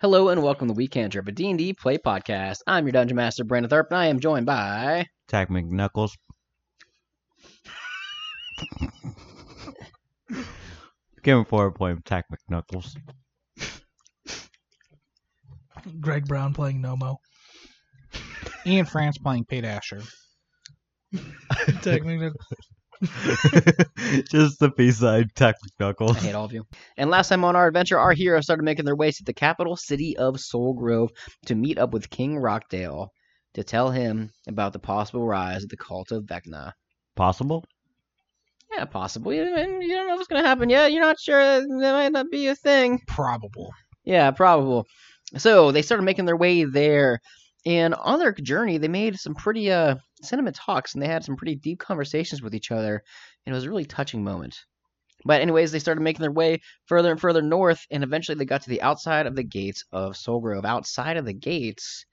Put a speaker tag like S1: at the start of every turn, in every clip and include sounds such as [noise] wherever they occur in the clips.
S1: Hello and welcome to the Weekend Trip, a D&D play podcast. I'm your Dungeon Master, Brandon Tharp, and I am joined by...
S2: Tack McNuckles. Give him forward point, Tack McNuckles. [laughs]
S3: Greg Brown playing Nomo.
S4: Ian France playing Pete Asher.
S3: Technically,
S2: Just the B side, Tack
S1: I
S2: McNuckles.
S1: hate all of you. And last time on our adventure, our heroes started making their way to the capital city of Soul Grove to meet up with King Rockdale to tell him about the possible rise of the cult of Vecna.
S2: Possible?
S1: Yeah, possible. You, you don't know what's going to happen yet. You're not sure. That might not be a thing.
S4: Probable. [laughs]
S1: Yeah, probable. So they started making their way there, and on their journey, they made some pretty uh sentiment talks, and they had some pretty deep conversations with each other, and it was a really touching moment. But anyways, they started making their way further and further north, and eventually they got to the outside of the gates of Soul Grove. Outside of the gates,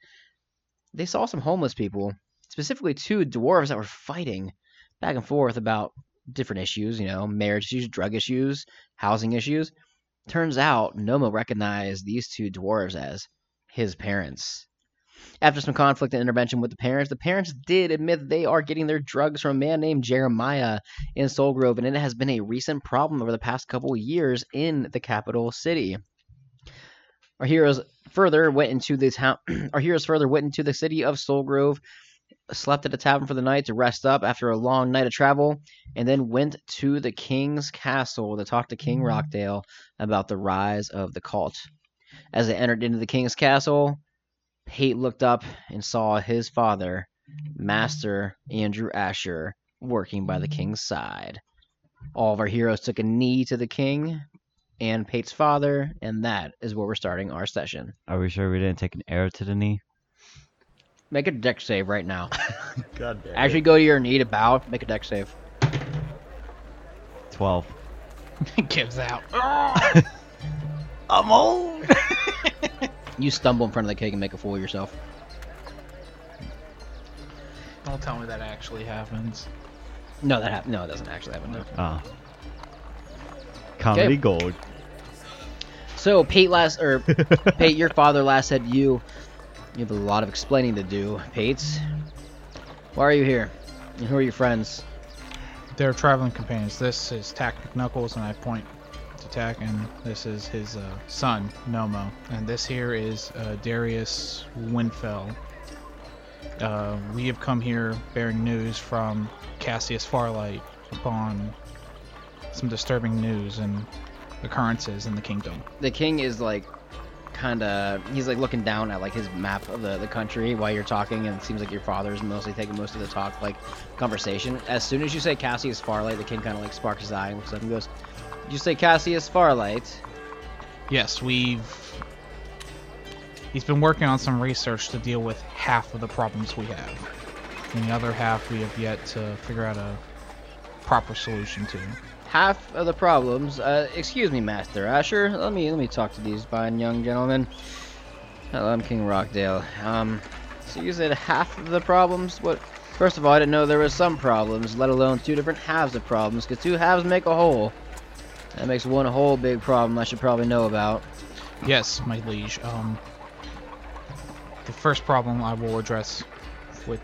S1: they saw some homeless people, specifically two dwarves that were fighting back and forth about different issues, you know, marriage issues, drug issues, housing issues. Turns out Noma recognized these two dwarves as his parents. After some conflict and intervention with the parents, the parents did admit they are getting their drugs from a man named Jeremiah in Soul Grove, and it has been a recent problem over the past couple of years in the capital city. Our heroes further went into the town. [clears throat] our heroes further went into the city of Soul Grove, slept at a tavern for the night to rest up after a long night of travel, and then went to the king's castle to talk to King Rockdale about the rise of the cult. As they entered into the king's castle, Pate looked up and saw his father, Master Andrew Asher, working by the king's side. All of our heroes took a knee to the king and Pate's father, and that is where we're starting our session.
S2: Are we sure we didn't take an arrow to the knee?
S1: Make a deck save right now.
S2: God damn.
S1: Actually, go to your knee to bow. Make a deck save.
S2: 12.
S4: Gives out.
S2: I'm [laughs] old!
S1: You stumble in front of the king and make a fool of yourself.
S4: Don't tell me that actually happens.
S1: No, that hap- no, it doesn't actually happen. No.
S2: Ah. Comedy
S1: Okay.
S2: gold.
S1: So Pate last or Pate, your father last said you you have a lot of explaining to do, Pates. Why are you here? And who are your friends?
S4: They're traveling companions. This is Tack McNuckles, and I point to Tack, and this is his uh, son, Nomo. And this here is uh, Darius Winfell. Uh, we have come here bearing news from Cassius Farlight upon some disturbing news and occurrences in the kingdom.
S1: The king is like kind of he's like looking down at like his map of the, the country while you're talking and it seems like your father's mostly taking most of the talk like conversation as soon as you say cassius farlight the king kind of like sparks his eye and looks up and goes "Did you say cassius farlight
S4: Yes, we've. He's been working on some research to deal with half of the problems we have. And the other half we have yet to figure out a proper solution to.
S1: half of the problems. Uh, excuse me, Master Asher. Let me let me talk to these fine young gentlemen. Hello, I'm King Rockdale. Um, so you said half of the problems. What? First of all, I didn't know there was some problems, let alone two different halves of problems. Cause two halves make a whole. That makes one whole big problem I should probably know about.
S4: Yes, my liege. Um, the first problem I will address with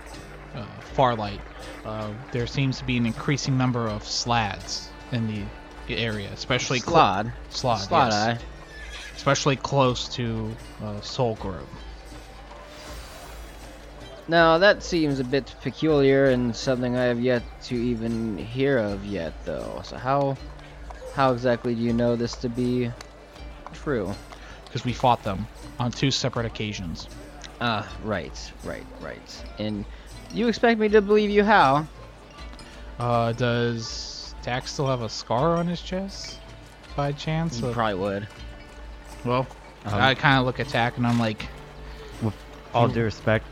S4: uh, Farlight. Uh, there seems to be an increasing number of slads in the area, especially clo-
S1: Slod.
S4: slod,
S1: Slod
S4: yes.
S1: eye.
S4: especially close to uh, Soul Grove.
S1: Now that seems a bit peculiar and something I have yet to even hear of yet, though. So how, how exactly do you know this to be true?
S4: because we fought them on two separate occasions.
S1: Ah, right, right, right. And you expect me to believe you how?
S4: Uh, does Tax still have a scar on his chest, by chance?
S1: You
S4: Or-
S1: probably would.
S4: Mm, well,
S2: Um,
S4: I kind of look at Tack and I'm like,
S2: all due respect,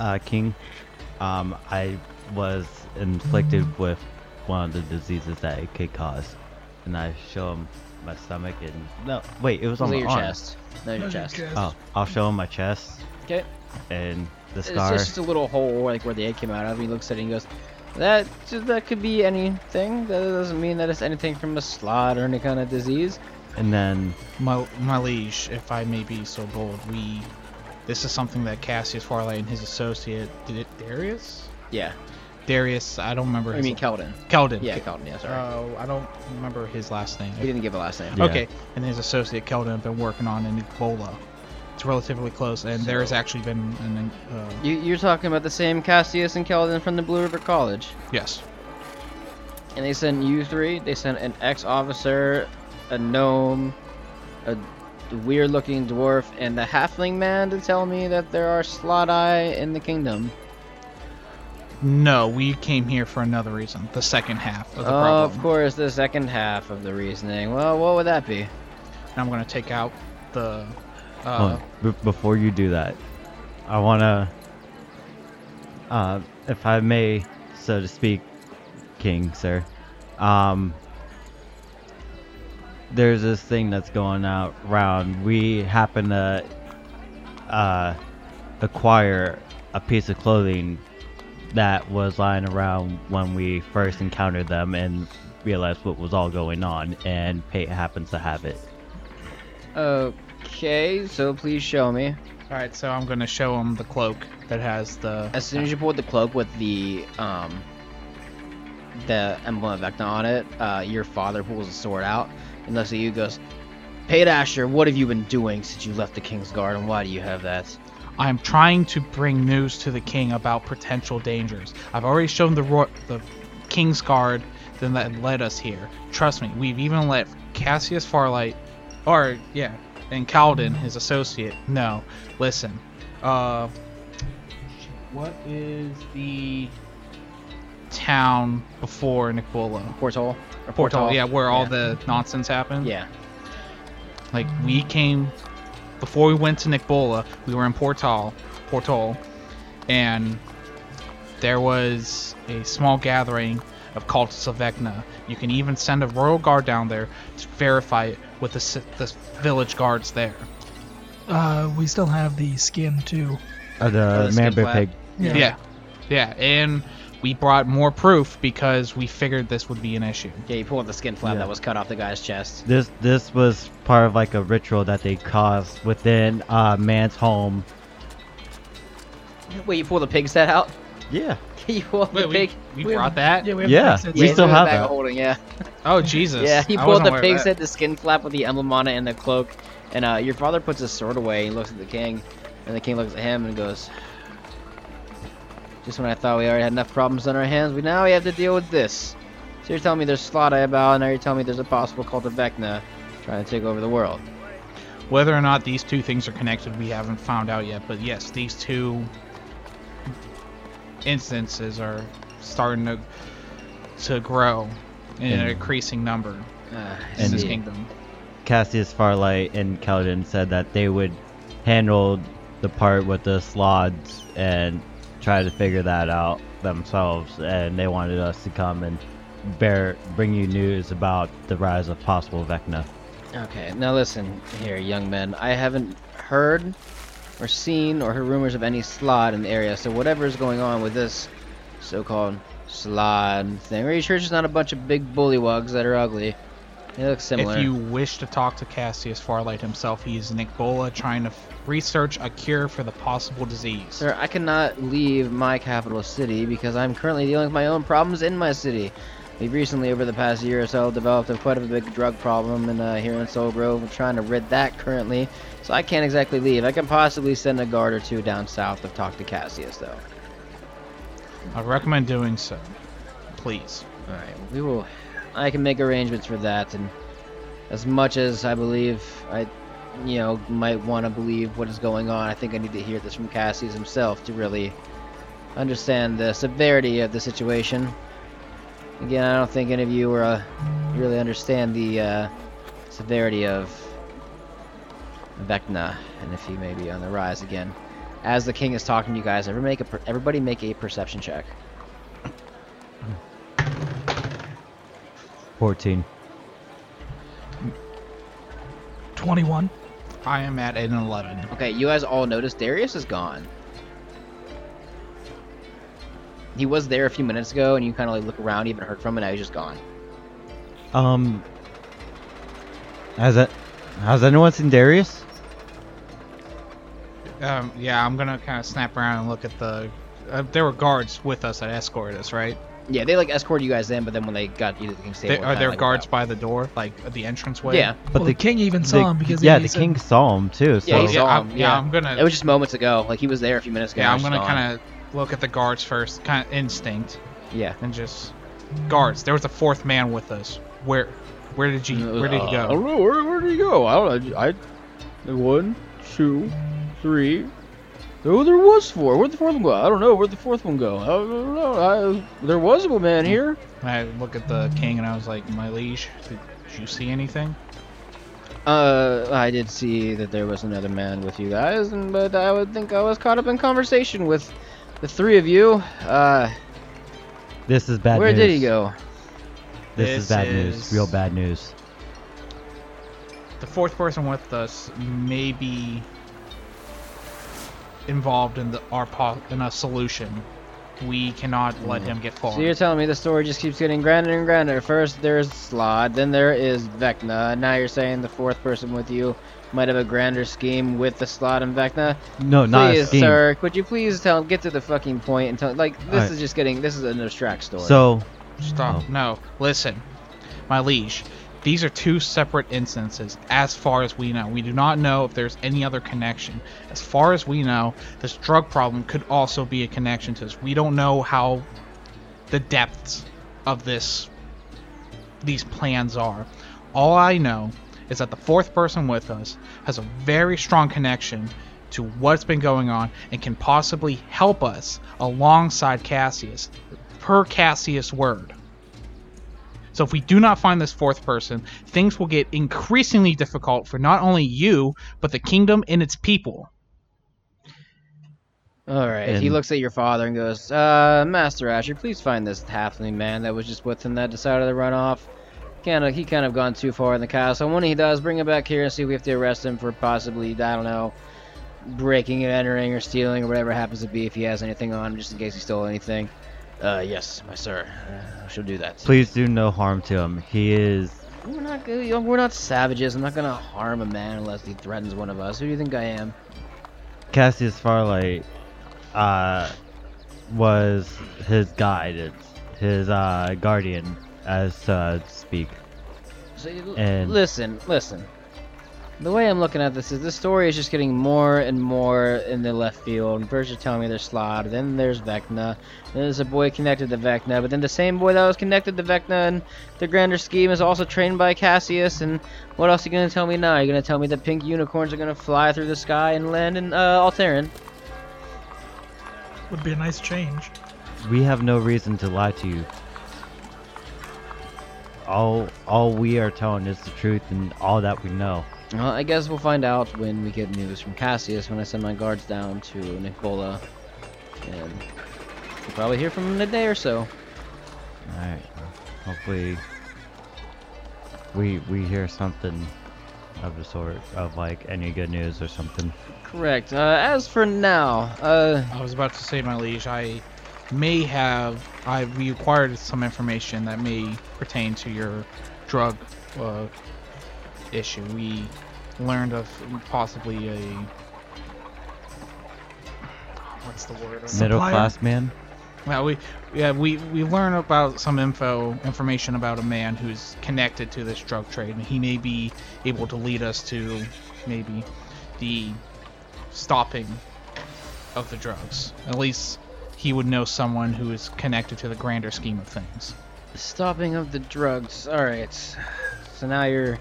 S2: uh, King, um, I was inflicted with one of the diseases that it could cause, and I show him my stomach and no, wait, it was on
S1: Look
S2: my
S1: at your
S2: arm.
S1: chest. No, your chest.
S2: Oh, I'll show him my chest.
S1: 'Kay.
S2: And the
S1: It's
S2: scar.
S1: just a little hole, like where the egg came out of. He looks at it and goes, "That that could be anything. That doesn't mean that it's anything from a slot or any kind of disease.
S2: And then
S4: My, my liege, if I may be so bold, we. This is something that Cassius Farley and his associate. Did it Darius?
S1: Yeah.
S4: Darius, I don't remember
S1: I
S4: his.
S1: mean Keldon.
S4: Keldon.
S1: Yeah, Keldon. Yeah, sorry.
S4: Oh, I don't remember his last name.
S1: he didn't give a last name.
S2: Yeah.
S4: Okay, and his associate Keldon have been working on an Ebola. It's relatively close, and there has
S1: So-
S4: actually been an. Uh,
S1: You, you're talking about the same Cassius and Keldon from the Blue River College.
S4: yes.
S1: And they sent you three. They sent an ex-officer, a gnome, a weird-looking dwarf, and the halfling man to tell me that there are Slot-Eye in the kingdom.
S4: No, we came here for another reason. The second half of the problem.
S1: Uh, of course, the second half of the reasoning. Well, what would that be?
S4: And I'm gonna take out the.
S2: hold
S4: Uh,
S2: on, b- before you do that, I wanna, uh, if I may, so to speak, King, sir. Um, there's this thing that's going out round. We happen to uh, acquire a piece of clothing that was lying around when we first encountered them and realized what was all going on, and Pate happens to have it.
S1: Okay, so please show me.
S4: all right, so I'm gonna show him the cloak that has the.
S1: As soon as you pulled the cloak with the um the emblem of Vecna on it, uh, your father pulls the sword out and looks at you and goes, Paid Asher, what have you been doing since you left the King's Guard and why do you have that?
S4: I'm trying to bring news to the king about potential dangers. I've already shown the ro- the king's guard then that led us here. Trust me, we've even let Cassius Farlight, or yeah, and Calden, his associate. No, listen. Uh, what is the town before Nicola?
S1: Portal? Or
S4: Portal, yeah, where all
S1: Yeah.
S4: the nonsense happened.
S1: Yeah.
S4: Like we came before we went to Nicbola, we were in Portal, Portal, and there was a small gathering of cultists of Vecna. You can even send a royal guard down there to verify it with the, ci- the village guards there.
S3: Uh, we still have the skin too.
S2: Uh, the
S1: the
S2: man
S1: skin
S2: bear
S1: flap.
S2: pig.
S4: Yeah. yeah, and we brought more proof because we figured this would be an issue.
S1: Yeah, you pull out the skin flap
S2: Yeah.
S1: that was cut off the guy's chest.
S2: This this was part of like a ritual that they caused within uh, man's home.
S1: Wait, you pull the pig's head out? [laughs]
S2: Yeah.
S1: you pull the pig?
S4: we,
S3: We
S4: brought
S3: have-
S4: that?
S3: Yeah, we have
S2: Yeah.
S3: access
S2: We
S1: Yeah, it's
S2: still
S3: to-
S1: in the
S2: have
S1: bag
S2: that.
S1: of holding, yeah.
S4: Oh Jesus!
S1: Yeah, he
S4: I
S1: pulled
S4: wasn't
S1: the
S4: aware of
S1: pig's
S4: that.
S1: head, the skin flap with the emblem on it, and the cloak. And uh, your father puts his sword away. He looks at the king, and the king looks at him and goes, "Just when I thought we already had enough problems on our hands, we now we have to deal with this. So you're telling me there's slot about, and now you're telling me there's a possible cult of Vecna trying to take over the world.
S4: Whether or not these two things are connected, we haven't found out yet. But yes, these two instances are starting to to grow in an
S2: And-
S4: increasing number
S1: Ah, I
S4: in this
S1: see.
S4: kingdom.
S2: Cassius Farlight and Keldon said that they would handle the part with the slods and try to figure that out themselves, and they wanted us to come and bear bring you news about the rise of possible Vecna.
S1: Okay, now listen here, young men. I haven't heard or seen or heard rumors of any slot in the area, so whatever is going on with this so called slot thing, are you sure it's just not a bunch of big bullywugs that are ugly? They look similar.
S4: If you wish to talk to Cassius Farlight himself, he is in Ebola trying to f- research a cure for the possible disease.
S1: Sir, I cannot leave my capital city because I'm currently dealing with my own problems in my city. We've recently, over the past year or so, developed a quite a big drug problem in, uh, here in Soul Grove. We're trying to rid that currently, so I can't exactly leave. I can possibly send a guard or two down south to talk to Cassius, though.
S4: I recommend doing so. Please.
S1: All right, we will. I can make arrangements for that, and as much as I believe I, you know, might want to believe what is going on, I think I need to hear this from Cassius himself to really understand the severity of the situation. Again, I don't think any of you are, uh, really understand the uh, severity of Vecna, and if he may be on the rise again. As the king is talking to you guys, everybody make a per- everybody make a perception check.
S2: 14.
S3: Twenty-one.
S4: I am at an 11.
S1: Okay, you guys all noticed Darius is gone. He was there a few minutes ago, and you kind of like look around, you haven't heard from him, and now he's just gone.
S2: Um, Has that? Has anyone seen Darius?
S4: Um, yeah, I'm gonna kind of snap around and look at the. Uh, there were guards with us that escorted us, right?
S1: Yeah, they like escorted you guys in, but then when they got you to the king's table,
S4: They,
S1: it
S4: are
S1: kinda,
S4: there
S1: like,
S4: guards
S1: went
S4: by the door, like at the
S1: out.
S4: entranceway?
S1: Yeah,
S2: But
S3: well,
S2: the,
S3: the king even
S2: the-
S3: saw him because
S2: yeah,
S3: he
S2: the
S3: said,
S2: king saw him too. So
S1: Yeah, he
S4: Oh, yeah,
S1: saw
S4: I'm,
S1: him,
S4: yeah,
S1: yeah.
S4: I'm gonna.
S1: it was just moments ago. Like he was there a few minutes ago.
S4: yeah,
S1: and
S4: I'm
S1: I
S4: gonna
S1: saw him.
S4: kind of look at the guards first, kind of instinct,
S1: Yeah.
S4: and just guards. There was a fourth man with us. Where, where did you? Where did he
S1: Uh, I
S4: go?
S1: don't know. Where, where did he go? I don't know. I, I- one, two, three. Oh, there was four. Where'd the fourth one go? I don't know. Where'd the fourth one go? I don't know. I, there was a man here.
S4: And I look at the king and I was like, my liege, did you see anything?
S1: Uh, I did see that there was another man with you guys, and but I would think I was caught up in conversation with the three of you. Uh,
S2: this is bad
S1: where
S2: news.
S1: did he go?
S2: This,
S4: This
S2: is bad
S4: is-
S2: news. Real bad news.
S4: The fourth person with us may be involved in the our po- in a solution. We cannot let him get far.
S1: Mm. So you're telling me the story just keeps getting grander and grander. First there's Slod, then there is Vecna, and now you're saying the fourth person with you might have a grander scheme with the Slod and Vecna.
S2: No, not a
S1: please,
S2: scheme.
S1: sir, could you please tell get to the fucking point and tell like this
S2: Alright.
S1: is just getting this is an abstract story.
S2: So
S4: Stop.
S2: Oh.
S4: No. Listen, my liege. These are two separate instances, as far as we know. We do not know if there's any other connection. As far as we know, this drug problem could also be a connection to this. We don't know how the depths of this these plans are. All I know is that the fourth person with us has a very strong connection to what's been going on and can possibly help us alongside Cassius, per Cassius' word. So if we do not find this fourth person, things will get increasingly difficult for not only you, but the kingdom and its people.
S1: All right. he
S2: And-
S1: looks at your father and goes, uh, Master Asher, please find this halfling man that was just with him that decided to run off. Kind of, he kind of gone too far in the castle. When he does, bring him back here and see if we have to arrest him for possibly, I don't know, breaking and entering or stealing or whatever it happens to be if he has anything on him, just in case he stole anything. Uh, yes, my sir. Uh, I shall do that.
S2: please do no harm to him. He is
S1: We're not, good- you know, we're not savages. I'm not gonna harm a man unless he threatens one of us. Who do you think I am?
S2: Cassius Farlight uh, was his guide, it's his uh, guardian, as uh, speak.
S1: So,
S2: And-
S1: listen, listen. The way I'm looking at this is this story is just getting more and more in the left field. And First, you're telling me there's Slod, then there's Vecna, then there's a boy connected to Vecna, but then the same boy that was connected to Vecna and the grander scheme is also trained by Cassius. And what else are you gonna tell me now? You're gonna tell me the pink unicorns are gonna fly through the sky and land in uh, Alteran?
S3: would be a nice change.
S2: We have no reason to lie to you. All, all we are telling is the truth and all that we know.
S1: Well, I guess we'll find out when we get news from Cassius when I send my guards down to Nicola, and we'll probably hear from him in a day or so.
S2: Alright, hopefully we we hear something of the sort of like any good news or something.
S1: Correct. Uh, as for now, uh,
S4: I was about to say, my liege, I may have I we acquired some information that may pertain to your drug uh, issue. We learned of possibly a what's the word?
S2: Middle
S3: Supplier?
S2: class man.
S4: Well, we yeah we we learn about some info information about a man who's connected to this drug trade, and he may be able to lead us to maybe the stopping of the drugs. At least he would know someone who is connected to the grander scheme of things.
S1: stopping of the drugs. All right. So now you're.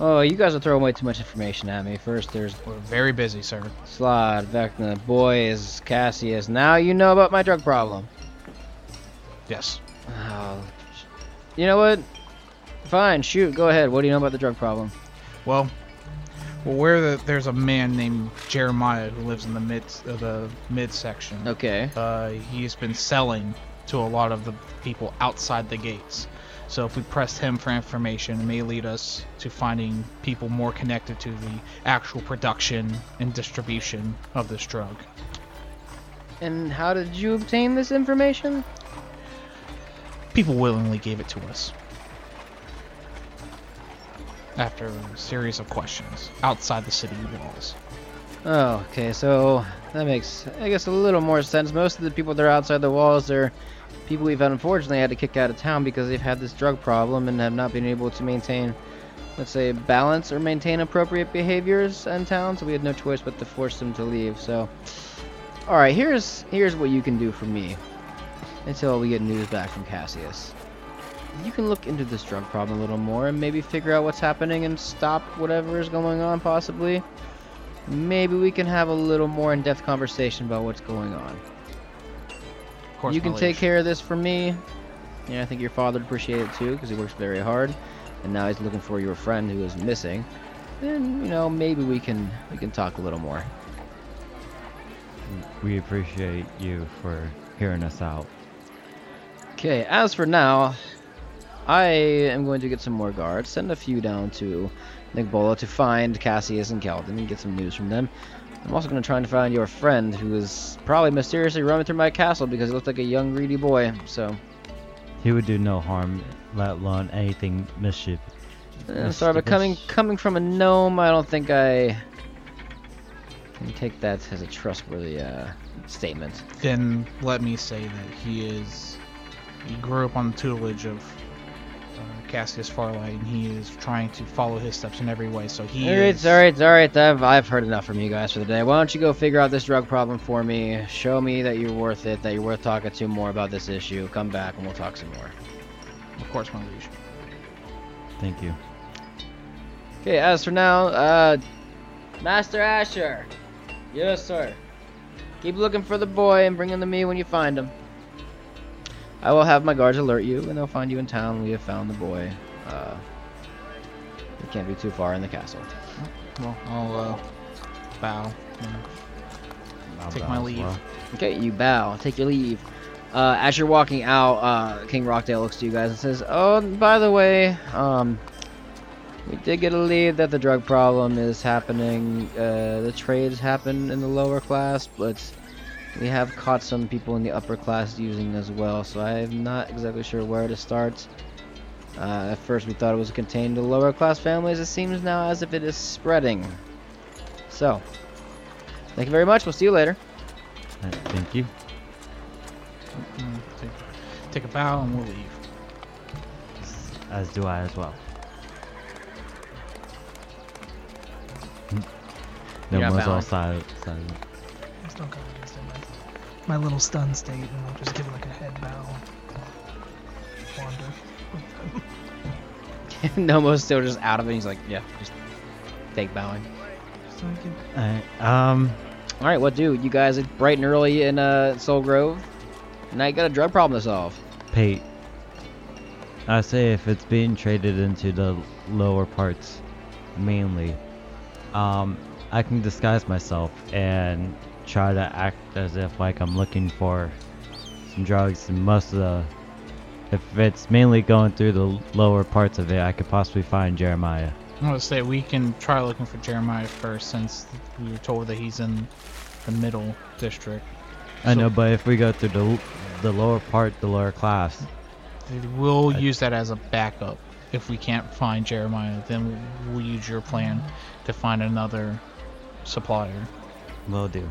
S1: Oh, you guys are throwing way too much information at me. First, there's
S4: We're very busy, sir.
S1: Slod, Vecna, Boys, Cassius. Now you know about my drug problem.
S4: Yes.
S1: Oh, sh- you know what? Fine, shoot. Go ahead. What do you know about the drug problem?
S4: Well, well, where the, there's a man named Jeremiah who lives in the midst of the midsection.
S1: Okay.
S4: uh, he's been selling to a lot of the people outside the gates. So if we press him for information, it may lead us to finding people more connected to the actual production and distribution of this drug.
S1: And how did you obtain this information?
S4: People willingly gave it to us. after a series of questions outside the city walls.
S1: Oh, okay, so that makes, I guess, a little more sense. Most of the people that are outside the walls are people we've unfortunately had to kick out of town because they've had this drug problem and have not been able to maintain, let's say, balance or maintain appropriate behaviors in town. So we had no choice but to force them to leave. So, all right, here's here's what you can do for me until we get news back from Cassius. You can look into this drug problem a little more and maybe figure out what's happening and stop whatever is going on, possibly. Maybe we can have a little more in-depth conversation about what's going on.
S4: Of course,
S1: You can
S4: my
S1: take
S4: liege.
S1: care of this for me. Yeah, I think your father would appreciate it too, because he works very hard, and now he's looking for your friend who is missing. Then you know maybe we can we can talk a little more.
S2: We appreciate you for hearing us out.
S1: Okay, as for now, I am going to get some more guards, send a few down to Nigbola to find Cassius and Keldon and get some news from them. I'm also going to try and find your friend who is probably mysteriously roaming through my castle because he looks like a young greedy boy. So,
S2: He would do no harm, let alone anything mischief.
S1: eh, sorry, but coming coming from a gnome, I don't think I can take that as a trustworthy uh, statement.
S4: Then let me say that he is. He grew up on the tutelage of uh, Cassius Farlight, and he is trying to follow his steps in every way. So he
S1: All right,
S4: is.
S1: all right, all right. I've, I've heard enough from you guys for the day. Why don't you go figure out this drug problem for me? Show me that you're worth it, that you're worth talking to more about this issue. Come back and we'll talk some more.
S4: Of course, my liege.
S2: Thank you.
S1: Okay, as for now, uh, Master Asher. Yes, sir. Keep looking for the boy and bring him to me when you find him. I will have my guards alert you, and they'll find you in town. We have found the boy. Uh, it can't be too far in the castle.
S4: Well, I'll uh, bow. and
S2: I'll
S4: Take
S2: bow
S4: my
S2: as
S4: leave.
S2: well.
S1: Okay, you bow, take your leave. Uh, as you're walking out, uh, King Rockdale looks to you guys and says, "Oh, and by the way, um, we did get a lead that the drug problem is happening. Uh, the trades happen in the lower class, but we have caught some people in the upper class using as well. So I'm not exactly sure where to start. Uh, at first, we thought it was contained to lower class families. It seems now as if it is spreading. So, thank you very much. We'll see you later."
S2: Uh, Thank you.
S4: mm, Take, take a bow, and we'll leave.
S2: As do I as well.
S4: You're not
S2: Nomo's all
S4: bowing.
S2: silent. silent.
S3: I'm still going to stay my- my little stun state, and I'll just give like a head bow. Wander.
S1: [laughs] Nomo's still just out of it. He's like, yeah, just fake bowing.
S3: Just like give
S2: Alright, um,
S1: All right, what do you guys? It's bright and early in uh, Soul Grove. Now you got a drug problem to solve.
S2: Pate. I say if it's being traded into the lower parts, mainly, um, I can disguise myself and try to act as if like I'm looking for some drugs. And most of the, if it's mainly going through the lower parts of it, I could possibly find Jeremiah.
S4: I would say we can try looking for Jeremiah first, since we were told that he's in the middle district.
S2: I
S4: So-
S2: know, but if we go through the the lower part, the lower class,
S4: We'll
S2: I-
S4: use that as a backup. If we can't find Jeremiah, then we'll use your plan to find another supplier.
S2: will do.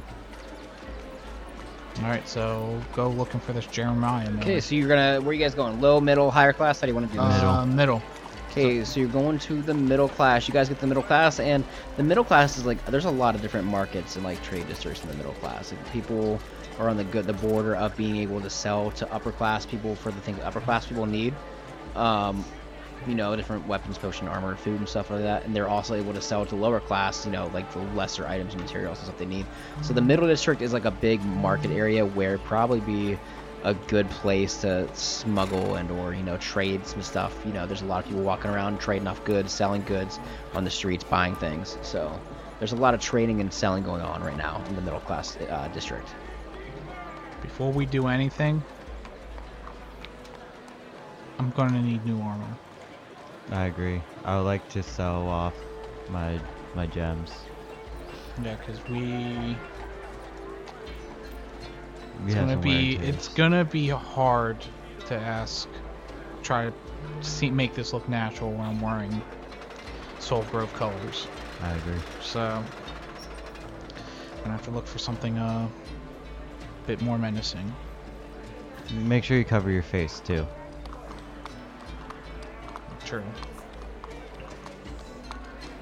S4: All right, so go looking for this Jeremiah. man.
S1: Okay, so you're gonna where are you guys going? Low, middle, higher class? How do you want to do this?
S4: Uh, middle.
S1: Okay, so you're going to the middle class. You guys get the middle class, and the middle class is like there's a lot of different markets and like trade districts in the middle class. Like people are on the good the border of being able to sell to upper class people for the things upper class people need. Um, you know, different weapons, potion, armor, food, and stuff like that. And they're also able to sell to lower class, you know, like the lesser items and materials and stuff they need. So the middle district is like a big market area where it'd probably be a good place to smuggle and or you know trade some stuff you know there's a lot of people walking around trading off goods selling goods on the streets buying things so there's a lot of trading and selling going on right now in the middle class uh, district
S4: Before we do anything, I'm gonna need new armor.
S2: I agree. I would like to sell off my my gems.
S4: Yeah, because we
S2: We have
S4: it's gonna
S2: some wear and
S4: be
S2: tears.
S4: it's gonna be hard to ask try to see make this look natural when i'm wearing Soul Grove colors.
S2: I agree.
S4: So I'm gonna have to look for something uh, a bit more menacing.
S2: Make sure you cover your face too.
S4: True.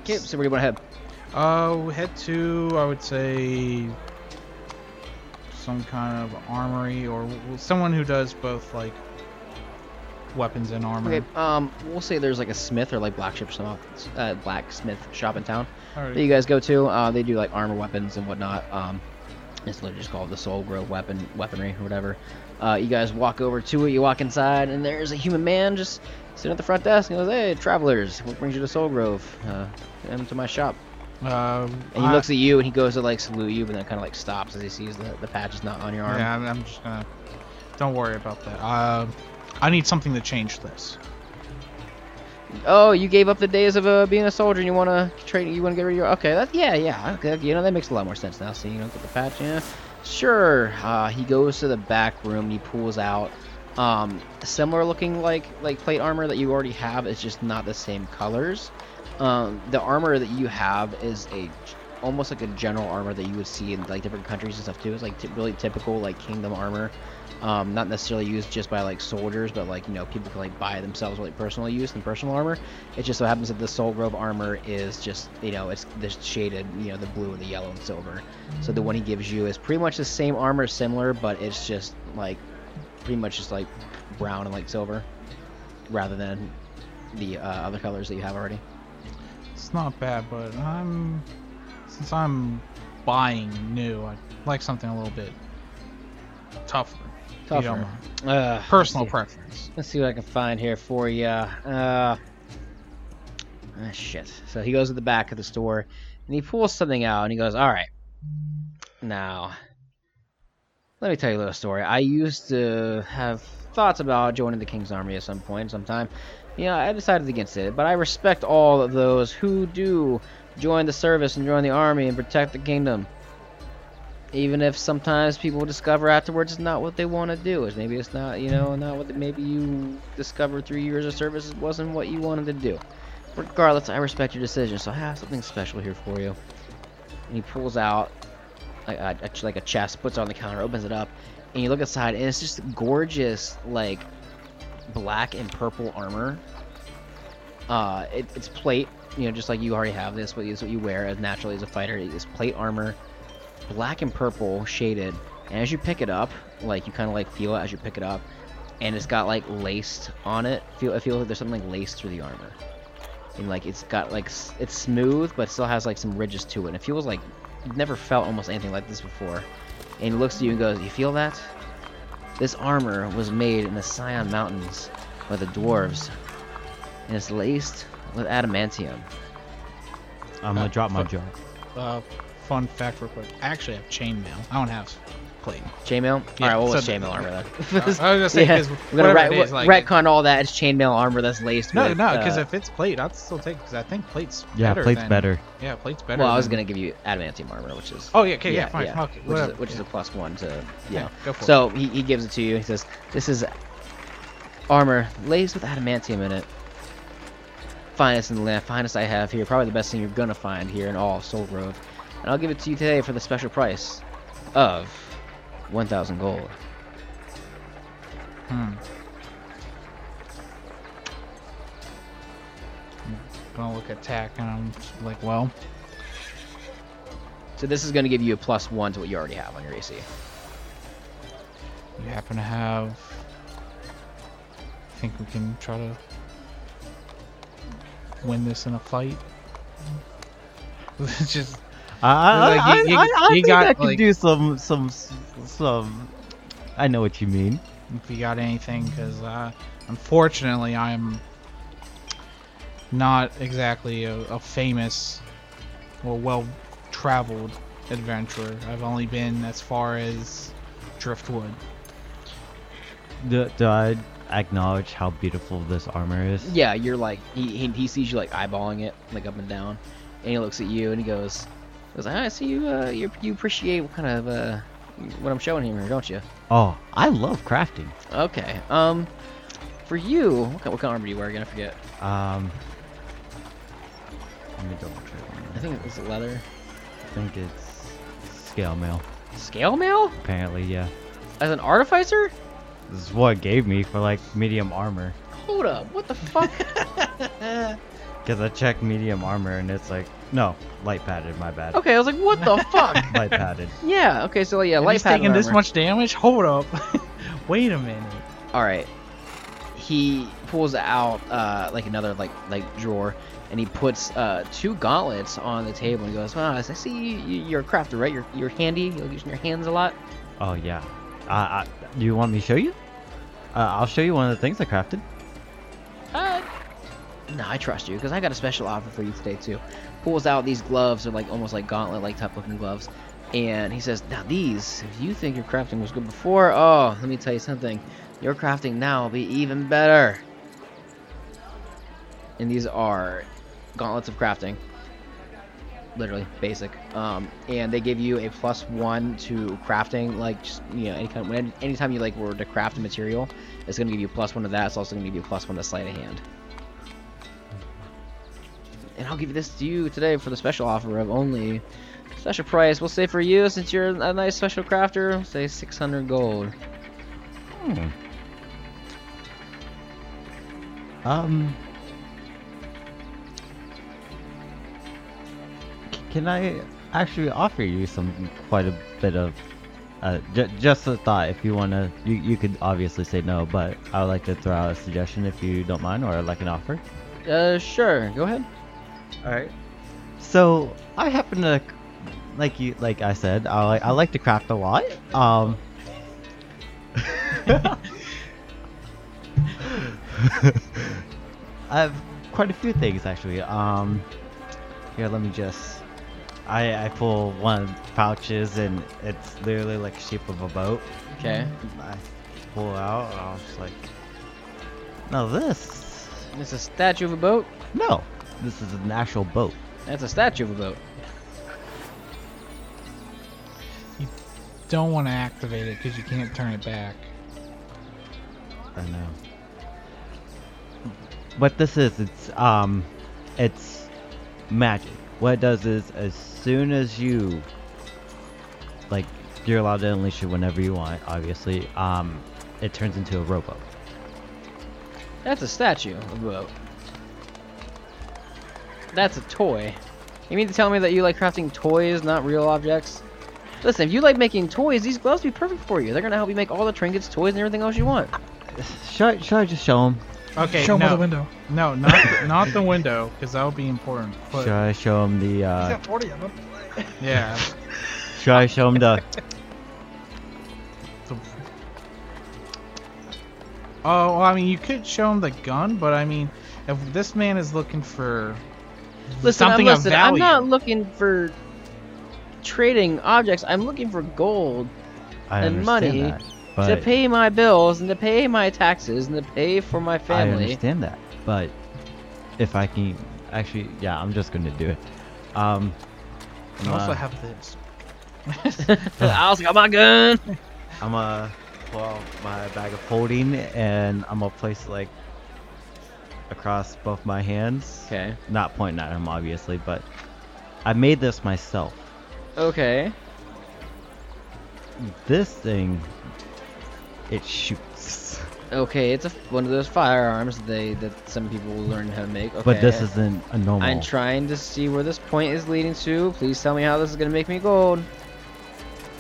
S1: Okay, so where do you want to head?
S4: Uh, we head to I would say some kind of armory or w- someone who does both like weapons and armor.
S1: Okay, um, we'll say there's like a smith or like blacksmith shop, uh, blacksmith shop in town
S4: Alright.
S1: that you guys go to. Uh, they do like armor weapons and whatnot. Um, it's literally just called the Soul Grove weapon weaponry or whatever. Uh, you guys walk over to it. You walk inside, and there's a human man just sitting at the front desk. And he goes, "Hey, travelers, what brings you to Soul Grove? Uh, come to my shop."
S4: Uh,
S1: And he
S4: I-
S1: looks at you, and he goes to like salute you, but then kind of like stops as he sees the the patch is not on your arm.
S4: Yeah, I'm, I'm just gonna. Don't worry about that. Uh, I need something to change this.
S1: Oh, you gave up the days of uh, being a soldier, and you want to train. You want to get rid of your. Okay, that yeah, yeah. Okay, you know that makes a lot more sense now. So you know, get the patch. Yeah, sure. Uh, he goes to the back room. and He pulls out um, similar looking like like plate armor that you already have. It's just not the same colors. Um, the armor that you have is a almost like a general armor that you would see in like different countries and stuff too. It's like t- really typical like kingdom armor. Um, not necessarily used just by like soldiers, but like you know people can like buy themselves like personal use and personal armor. It just so happens that the Soul Grove armor is just you know it's the shaded you know the blue and the yellow and silver. So the one he gives you is pretty much the same armor, similar, but it's just like pretty much just like brown and like silver, rather than the uh, other colors that you have already.
S4: It's not bad, but I'm since I'm buying new, I like something a little bit tougher. if you don't
S1: Tougher.
S4: mind.
S1: Uh, let's
S4: Personal
S1: see.
S4: preference.
S1: Let's see what I can find here for you. Uh, ah, shit. So he goes to the back of the store and he pulls something out and he goes, All right, now, let me tell you a little story. I used to have thoughts about joining the King's Army at some point, sometime. You know, I decided against it, but I respect all of those who do join the service and join the army and protect the kingdom. Even if sometimes people discover afterwards it's not what they want to do, is maybe it's not, you know, not what maybe you discovered through years of service it wasn't what you wanted to do. Regardless, I respect your decision, so I have something special here for you. And he pulls out a, a, a- like a chest, puts it on the counter, opens it up, and you look inside, and it's just gorgeous, like black and purple armor. Uh, it, it's plate, you know, just like you already have this, but it's what you wear as naturally as a fighter. It's plate armor, black and purple shaded, and as you pick it up, like you kind of like feel it as you pick it up, and it's got like laced on it. Feel I feel like there's something laced through the armor. And like it's got like s- it's smooth, but still has like some ridges to it. And it feels like you've never felt almost anything like this before. And he looks at you and goes, "You feel that? This armor was made in the Scion Mountains by the dwarves, and it's laced with adamantium."
S2: I'm gonna
S4: Uh,
S2: drop my
S4: fu-
S2: jaw.
S4: Uh, fun fact, real quick. I actually have chainmail. I don't have
S1: [laughs]
S4: plate.
S1: Chainmail. All
S4: Yeah,
S1: right, well,
S4: so
S1: what's
S4: the- Uh,
S1: chainmail armor
S4: [laughs]
S1: then?
S4: I I was gonna say
S1: Yeah,
S4: because
S1: We're gonna
S4: whatever
S1: ret-
S4: it is,
S1: wet-
S4: like
S1: retcon all that. It's chainmail armor that's laced
S4: no,
S1: with.
S4: no,
S1: uh,
S4: because if it's plate, I'd still take. Because I think plate's
S2: Yeah,
S4: better.
S2: plate's
S4: than-
S2: better.
S4: Yeah, plate's better.
S1: well, I was
S4: than-
S1: gonna give you adamantium armor, which is
S4: Oh yeah, okay, yeah, fine. okay,
S1: which is a,
S4: whatever,
S1: which is
S4: yeah.
S1: a plus one to
S4: yeah,
S1: yeah.
S4: go for it.
S1: So he, he gives it to you. He says, "This is armor laced with adamantium in it. Finest in the land, finest I have here. Probably the best thing you're gonna find here in all of Soul Grove. And I'll give it to you today for the special price of one thousand gold."
S4: Hmm. I'm gonna look at Tack and I'm just like, well,
S1: So this is gonna give you a plus one to what you already have on your AC.
S4: you happen to have. I think we can try to win this in a fight. [laughs] It's just
S2: I, I,
S4: Like, you-
S2: I,
S4: you-
S2: I, I
S4: you
S2: think
S4: got,
S2: I could
S4: like-
S2: do some, some, s- some. I know what you mean.
S4: if you got anything, because uh, unfortunately I'm not exactly a, a famous or well-traveled adventurer. I've only been as far as Driftwood.
S2: Do, do I acknowledge how beautiful this armor is?
S1: Yeah, you're like he, he, he sees you like eyeballing it like up and down, and he looks at you and he goes, "Goes I see you uh you you appreciate what kind of uh what I'm showing him here, don't you?
S2: Oh, I love crafting.
S1: Okay. Um, for you, what kind, what kind of armor do you wear again? I forget.
S2: Um, Let me double check. on
S1: I
S2: that.
S1: think it was leather.
S2: I think it's scale mail.
S1: Scale mail?
S2: Apparently, yeah.
S1: As an artificer?
S2: This is what it gave me for like medium armor.
S1: Hold up, what the
S4: [laughs]
S1: fuck?
S2: Because I checked medium armor and it's like, no, light padded, my bad.
S1: okay, I was like, what the
S4: [laughs]
S1: fuck?
S2: Light padded.
S1: Yeah, okay, so yeah,
S4: And
S1: light
S4: he's taking
S1: pattern
S4: this
S1: armor.
S4: much damage? Hold up. [laughs] Wait a minute.
S1: All right. He pulls out uh, like another like like drawer, and he puts uh, two gauntlets on the table. And he goes, "Wow, I see you, you- you're a crafter, right? You're you're handy. You're using your hands a lot."
S2: Oh, yeah. I, I, do you want me to show you? Uh, I'll show you one of the things I crafted.
S1: Uh, no, I trust you because I got a special offer for you today too. Pulls out these gloves, they're like almost like gauntlet-like type-looking gloves, and he says, "Now these, if you think your crafting was good before, oh, let me tell you something. Your crafting now will be even better." And these are gauntlets of crafting, literally basic. Um, and they give you a plus one to crafting, like just, you know, any kind, when, anytime you like were to craft a material, it's gonna give you a plus one to that. It's also gonna give you a plus one to sleight of hand. And I'll give you this to you today for the special offer of only special price. We'll say for you, since you're a nice special crafter, say 600 gold.
S2: Hmm. Um. c- Can I actually offer you some quite a bit of, uh, j- just a thought. If you wanna, you you could obviously say no, but I would like to throw out a suggestion if you don't mind, or like an offer.
S1: Uh, sure. Go ahead.
S2: All right. So I happen to, like you, like I said, I like I like to craft a lot. Um. I have quite a few things actually. Um. Here, let me just. I I pull one of the pouches and it's literally like shape of a boat.
S1: Okay.
S2: I pull out and I was just like, no, this.
S1: It's a statue of a boat.
S2: No, this is an actual boat.
S1: That's a statue of a boat.
S4: Don't want to activate it because you can't turn it back.
S2: I know. What this is, it's um, it's magic. What it does is, as soon as you, like, you're allowed to unleash it whenever you want. Obviously, um, it turns into a rowboat.
S1: That's a statue of a boat. That's a toy. You mean to tell me that you like crafting toys, not real objects? Listen, if you like making toys, these gloves be perfect for you. They're gonna help you make all the trinkets, toys, and everything else you want.
S2: Should I, should I just show him?
S4: Okay,
S3: Show him
S4: no,
S3: out the window.
S4: no, not not the window, because that would be important. But
S2: Should I show him the?
S3: He's
S2: Uh,
S3: got 40 of them.
S4: yeah,
S2: should I show him the?
S4: the- Oh, well, I mean, you could show him the gun, but I mean, if this man is looking for
S1: Listen,
S4: something
S1: I'm, listen,
S4: of
S1: I'm
S4: value,
S1: not looking for trading objects. I'm looking for gold
S2: I
S1: And
S2: understand
S1: money
S2: that, but
S1: to pay my bills and to pay my taxes and to pay for my
S2: I
S1: family.
S2: understand that, but if I can, actually, yeah, I'm just gonna do it. Um.
S4: I also
S2: uh,
S4: have this.
S1: [laughs] I'll got my
S2: [laughs]
S1: gun.
S2: I'm gonna pull out my bag of holding and I'm gonna place like across both my hands.
S1: Okay.
S2: Not pointing at him, obviously, but I made this myself.
S1: Okay.
S2: This thing, it shoots.
S1: Okay. It's a, one of those firearms they that some people will learn how to make. Okay.
S2: But this isn't a normal.
S1: I'm trying to see where this point is leading to. Please tell me how this is gonna make me gold.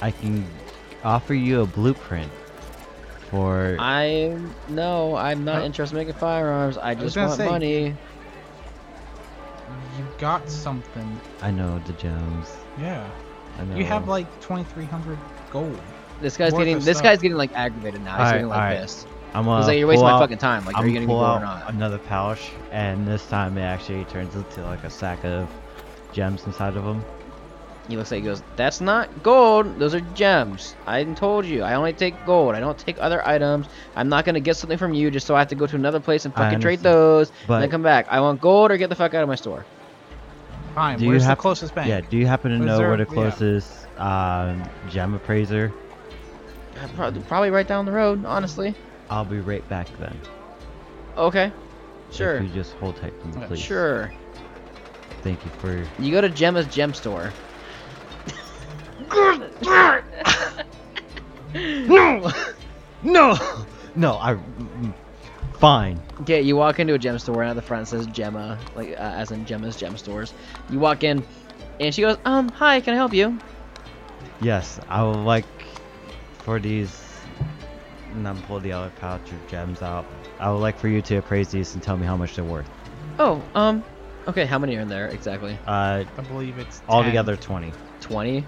S2: I can offer you a blueprint for.
S1: I no, I'm not
S4: Huh?
S1: interested in making firearms. I
S4: was
S1: just
S4: gonna
S1: want
S4: say-
S1: money.
S4: You got something.
S2: I know the gems.
S4: Yeah.
S2: I know.
S4: You have like 2,300 gold.
S1: This guy's
S4: worth
S1: getting
S4: of
S1: this
S4: stuff.
S1: guy's getting like aggravated now. He's
S2: Alright,
S1: getting like
S2: alright.
S1: pissed.
S2: I'm
S1: He's
S2: gonna
S1: like, you're wasting
S2: pull
S1: my
S2: out-
S1: fucking time. Like, are you gonna
S2: I'm
S1: get
S2: pull
S1: gold or
S2: out
S1: not?
S2: another pouch, and this time it actually turns into like a sack of gems inside of them.
S1: He looks at you, goes, "That's not gold. Those are gems. I told you. I only take gold. I don't take other items. I'm not gonna get something from you just so I have to go to another place and
S2: I
S1: fucking trade
S2: understand.
S1: those and then
S2: But
S1: come back. I want gold or get the fuck out of my store."
S4: Fine.
S2: Do you
S4: where's
S2: have-
S4: the closest bank?
S2: yeah, do you happen to
S4: Is
S2: know
S4: there-
S2: where the
S4: yeah.
S2: closest um, gem appraiser?
S1: Uh, prob- Probably right down the road, honestly.
S2: I'll be right back then.
S1: Okay, sure,
S2: If you just hold tight for me,
S4: Uh,
S2: please.
S1: sure.
S2: Thank you for.
S1: You go to Gemma's gem store.
S2: No! No! No, I. mm, Fine.
S1: Okay, you walk into a gem store, and at the front it says Gemma, like uh, as in Gemma's gem stores. You walk in, and she goes, "Um, hi, can I help you?"
S2: Yes, I would like for these. And then pull the other pouch of gems out. I would like for you to appraise these and tell me how much they're worth.
S1: Oh, um, okay, how many are in there exactly?
S2: Uh,
S4: I believe it's
S2: altogether 20.
S1: 20.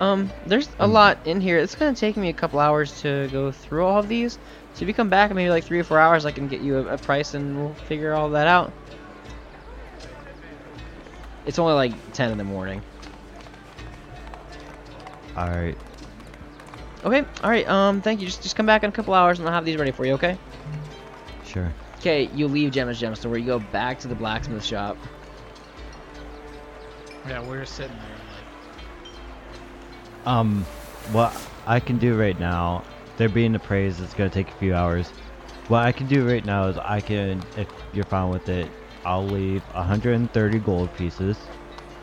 S1: Um, there's a
S2: Mm.
S1: lot in here. It's gonna take me a couple hours to go through all of these. So if you come back in maybe like three or four hours, I can get you a, a price and we'll figure all that out. It's only like 10 in the morning.
S2: Alright.
S1: Okay, all right. Um, thank you. Just just come back in a couple hours and I'll have these ready for you. Okay.
S2: Sure.
S1: Okay, you leave Gemma's gem store. You go back to the blacksmith shop.
S4: Yeah, we're sitting there.
S2: Um, what I can do right now, they're being appraised. It's gonna take a few hours. What I can do right now is I can, if you're fine with it, I'll leave 130 gold pieces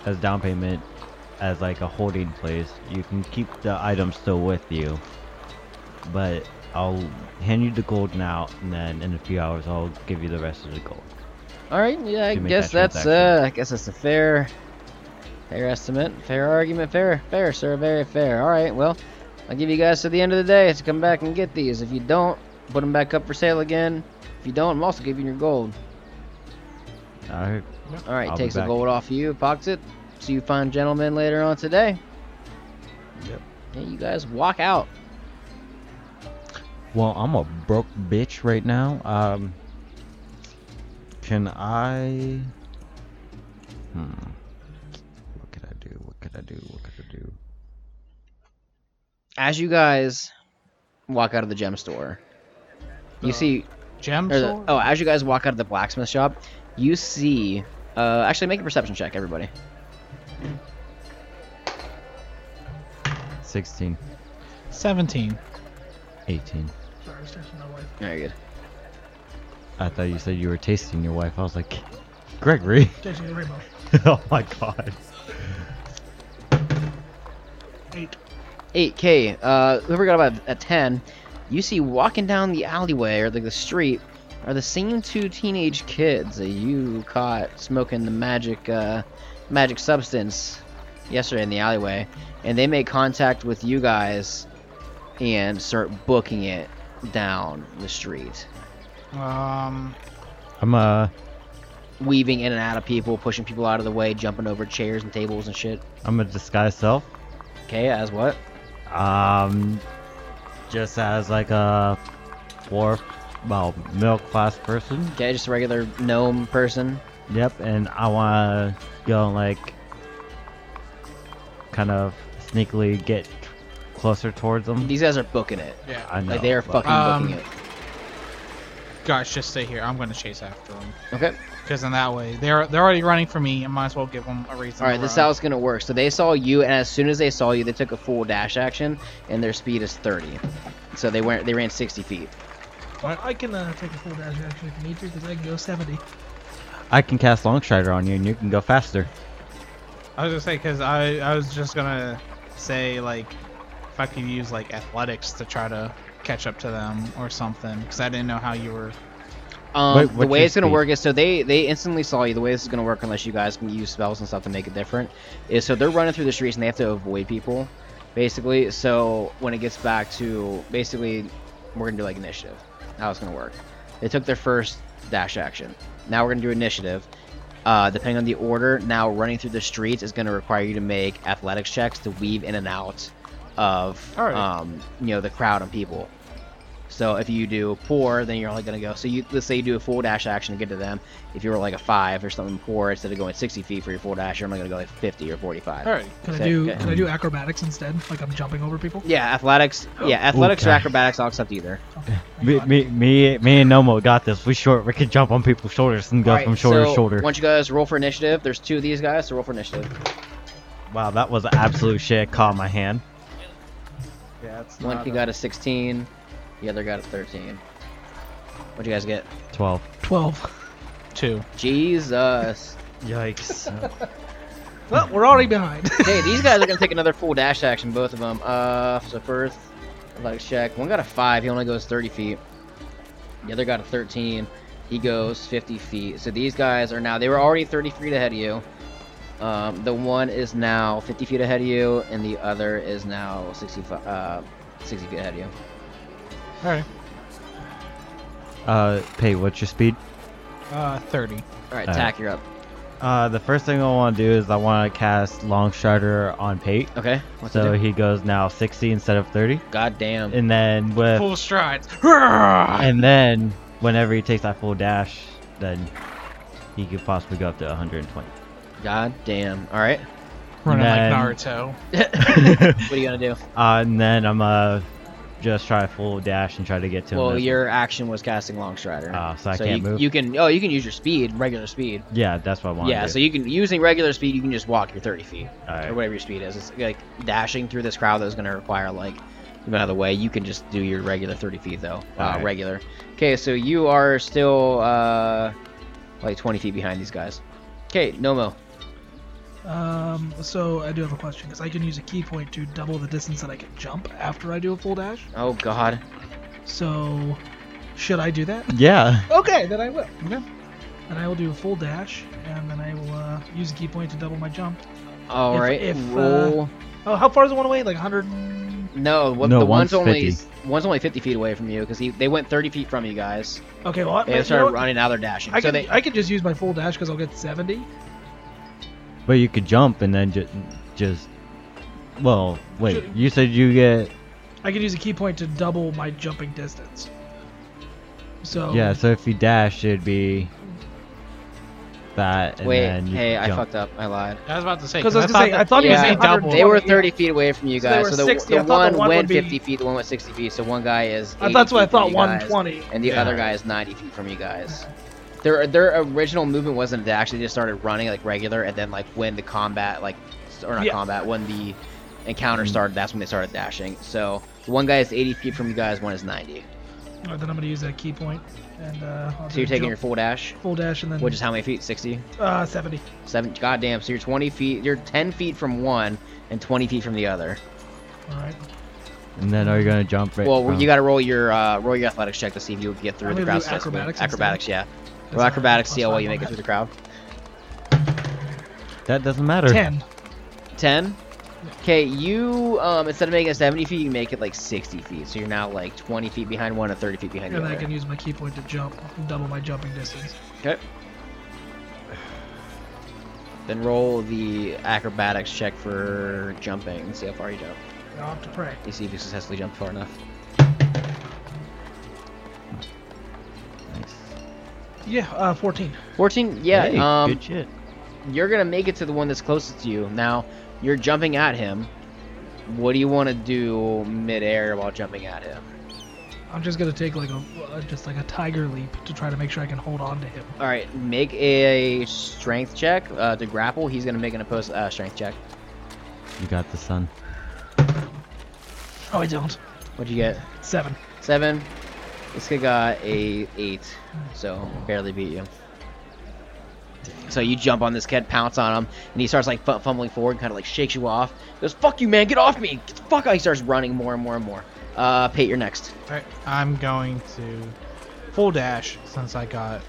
S2: as down payment, as like a holding place. You can keep the item still with you, but I'll hand you the gold now, and then in a few hours I'll give you the rest of the gold.
S1: All right. Yeah, I
S2: To make
S1: guess
S2: that
S1: that's uh, I guess that's a fair, fair estimate, fair argument, fair, fair, sir, very fair. All right. Well, I'll give you guys to the end of the day to come back and get these. If you don't, put them back up for sale again. If you don't, I'm also giving your gold.
S2: All right.
S1: All right,
S2: I'll be
S1: takes the
S2: back.
S1: gold off you, pockets it. See you fine gentlemen later on today.
S2: Yep.
S1: Yeah, you guys walk out.
S2: Well, I'm a broke bitch right now. Um, can I? Hmm. What could I do? What could I do? What could I do?
S1: As you guys walk out of the gem store, you
S4: Uh,
S1: see
S4: Like, gem
S1: Or the-
S4: store?
S1: oh, as you guys walk out of the blacksmith shop, you see. Uh, actually, make a perception check, everybody.
S2: Sixteen.
S4: 17.
S2: Eighteen.
S3: Sorry, I was texting my wife.
S1: Very good.
S2: I thought you said you were tasting your wife. I was like, Gregory. [laughs]
S3: Texting the rainbow.
S2: oh my god.
S3: Eight.
S1: 8K. Uh, whoever got about a 10, you see walking down the alleyway or like the street are the same two teenage kids that you caught smoking the magic, uh, magic substance yesterday in the alleyway, and they make contact with you guys and start booking it down the street.
S4: Um,
S2: I'm uh,
S1: weaving in and out of people, pushing people out of the way, jumping over chairs and tables and shit.
S2: I'm a disguise self.
S1: Okay, as what?
S2: Um, just as like a fourth, well, middle class person.
S1: Okay, just a regular gnome person.
S2: Yep, and I want to go and like kind of sneakily get closer towards them.
S1: These guys are booking it.
S4: yeah.
S2: I know.
S1: Like they are
S2: but-
S1: fucking
S4: Um,
S1: booking it.
S4: Guys, just stay here. I'm going to chase after them.
S1: Okay.
S4: Because in that way, they're they're already running for me. I might as well give them a reason.
S1: All right,
S4: to
S1: this is
S4: run.
S1: how it's gonna work. So they saw you, and as soon as they saw you, they took a full dash action, and their speed is 30. So they went. They ran 60 feet.
S4: What?
S3: I can uh, take a full dash action if you need to, because I can go 70.
S2: I can cast Long Strider on you, and you can go faster.
S4: I was gonna say because I I was just gonna say like if I could use like athletics to try to catch up to them or something because I didn't know how you were.
S1: Um,
S2: Wait,
S1: the
S2: what's
S1: way
S2: your
S1: it's gonna
S2: speed?
S1: work is so they they instantly saw you. The way this is gonna work, unless you guys can use spells and stuff to make it different, is so they're running through the streets and they have to avoid people, basically. So when it gets back to basically, we're gonna do like initiative. How it's gonna work? They took their first dash action. Now we're gonna do initiative. Uh, depending on the order, now running through the streets is gonna require you to make athletics checks to weave in and out of
S4: All right.
S1: um, you know the crowd and people. So if you do poor, then you're only gonna go. So you let's say you do a full dash action to get to them. If you were like a five or something poor, instead of going 60 feet for your full dash, you're only gonna go like 50 or 45.
S4: All right.
S3: Can I
S1: Okay,
S3: do
S1: okay.
S3: Can I do acrobatics instead? Like I'm jumping over people?
S1: Yeah, athletics. Yeah, athletics or
S2: Okay.
S1: acrobatics, I'll accept either.
S3: Okay. thank
S2: Me,
S3: God.
S2: me, me, me, and Nomo got this. We short. We can jump on people's shoulders and go
S1: All right,
S2: from shoulder
S1: so
S2: to shoulder.
S1: Once you guys roll for initiative, there's two of these guys, so roll for initiative.
S2: Wow, that was absolute shit. Caught my hand.
S4: Yeah, it's
S1: One he got a 16, the other got a 13. What'd you guys get?
S2: Twelve.
S3: Twelve.
S4: two.
S1: Jesus.
S2: Yikes.
S3: Well, we're already behind. [laughs]
S1: Okay, these guys are gonna take another full dash action, both of them. Uh, so first, let's check. One got a five. He only goes 30 feet. The other got a 13. He goes 50 feet. So these guys are now. They were already 30 feet ahead of you. Um, the one is now 50 feet ahead of you, and the other is now 65, uh, 60 feet ahead of you.
S4: All right.
S2: [laughs] Uh, Pate, what's your speed?
S4: Uh, 30.
S1: All right,
S2: All right.
S1: Tack, you're up.
S2: Uh, the first thing I want to do is I want to cast Long Strider on Pate.
S1: Okay. What's
S2: so
S1: so,
S2: he goes now 60 instead of 30.
S1: God damn.
S2: And then with
S4: Full strides.
S2: and then whenever he takes that full dash, then he could possibly go up to 120.
S1: God damn. All right.
S4: Running
S2: Then-
S4: like Naruto.
S1: [laughs] What are you gonna
S2: [laughs]
S1: do?
S2: uh, and then I'm uh just try a full dash and try to get to him.
S1: well,
S2: this way.
S1: your action was casting long strider.
S2: Ah, so I can't
S1: you,
S2: move?
S1: You can. Oh, you can use your speed, regular speed.
S2: yeah, that's what I want.
S1: Yeah.
S2: To
S1: So
S2: do.
S1: you can using regular speed, you can just walk your 30 feet.
S2: All right.
S1: or whatever your speed is. It's like dashing through this crowd that is going to require like you know, out of the way. You can just do your regular 30 feet though. Uh,
S2: Alright.
S1: Regular. Okay, so you are still uh, like 20 feet behind these guys. Okay, Nomo.
S3: Um, so I do have a question because I can use a key point to double the distance that I can jump after I do a full dash.
S1: Oh God.
S3: So, should I do that? [laughs]
S2: Yeah.
S3: Okay, then I will.
S4: Okay.
S3: Then I will do a full dash, and then I will uh, use a key point to double my jump.
S1: All
S3: If-
S1: right.
S3: if, uh,
S1: roll.
S3: Oh, how far is the one away? Like 100.
S1: no, what,
S2: No,
S1: the one's,
S2: one's
S1: only
S2: 50.
S1: one's only 50 feet away from you because they went 30 feet from you guys.
S3: Okay, well, I,
S1: They
S3: you know
S1: started
S3: what?
S1: running. Now they're dashing.
S3: I
S1: so
S3: can,
S1: they.
S3: I can just use my full dash because I'll get 70.
S2: But you could jump and then just just. Well, wait.
S3: Ju-
S2: You said you get
S3: I can use a key point to double my jumping distance.
S1: Oh.
S3: So
S2: yeah. So if you dash, it'd be that. And
S1: Wait,
S2: then you
S1: hey,
S2: could
S1: I
S2: jump.
S1: fucked up. I lied.
S4: I was about to say.
S3: 'Cause I was gonna say, I thought
S1: he was
S4: they
S1: at
S4: doubled.
S1: They were
S3: 120.
S1: 30 feet away from you
S3: So they
S1: guys,
S3: were
S1: so, the,
S3: 60. I
S1: the,
S3: thought the
S1: one
S3: one would
S1: went
S3: be-
S1: 50 feet, the one went 60 feet, so one guy is.
S3: I, that's what I
S1: 80 feet from
S3: thought.
S1: you guys,
S3: 120.
S1: and the other
S4: Yeah.
S1: guy is 90 feet from you guys. Their their original movement wasn't to actually just started running like regular, and then like when the combat like s- or not
S3: Yeah.
S1: combat when the encounter started, that's when they started dashing. So the one guy is 80 feet from you guys, one is 90.
S3: Alright, then I'm gonna use that key point, and uh, I'll
S1: So
S3: do
S1: you're taking your
S3: jump,
S1: full dash,
S3: full dash, and then
S1: which is how many feet? 60,
S3: uh 70.
S1: 70. Goddamn! So you're 20 feet. You're 10 feet from one and 20 feet from the other.
S3: All right.
S2: And then are you gonna jump right? um,
S1: Well,
S2: from-
S1: you got to roll your uh, roll your athletics check to see if you get through
S3: I'm
S1: the
S3: gonna
S1: crowd.
S3: do
S1: successfully.
S3: acrobatics instead.
S1: acrobatics, yeah.
S3: That's
S1: Roll
S3: fine.
S1: acrobatics,
S3: Plus
S1: see how well
S3: five
S1: you
S3: on
S1: make it
S3: that.
S1: through the crowd.
S2: That doesn't matter.
S3: Ten.
S1: 10 okay you um instead of making it 70 feet you make it like 60 feet so you're now like 20 feet behind one and 30 feet behind
S3: And then I
S1: the
S3: can
S1: other
S3: use my key point to jump, double my jumping distance.
S1: okay then roll the acrobatics check for jumping and see how far you jump
S3: I'll have to pray.
S1: you see if you successfully jump far enough
S2: Nice.
S3: Yeah, uh, 14.
S1: 14 yeah
S2: Hey,
S1: um
S2: good shit.
S1: you're gonna make it to the one that's closest to you now you're jumping at him what do you want to do midair while jumping at him
S3: I'm just gonna take like a uh, just like a tiger leap to try to make sure I can hold on to him.
S1: all right make a strength check uh, to grapple he's gonna make an opposed uh, strength check
S2: You got the sun.
S3: Oh, I don't.
S1: What'd you get?
S3: Seven.
S1: Seven. This guy got a eight, so barely beat you. So you jump on this kid, pounce on him, and he starts like f- fumbling forward, kind of like shakes you off. Goes, "Fuck you, man! Get off me! Get the fuck out!" He starts running more and more and more. Uh, Pate, you're next.
S4: Alright, I'm going to full dash since I got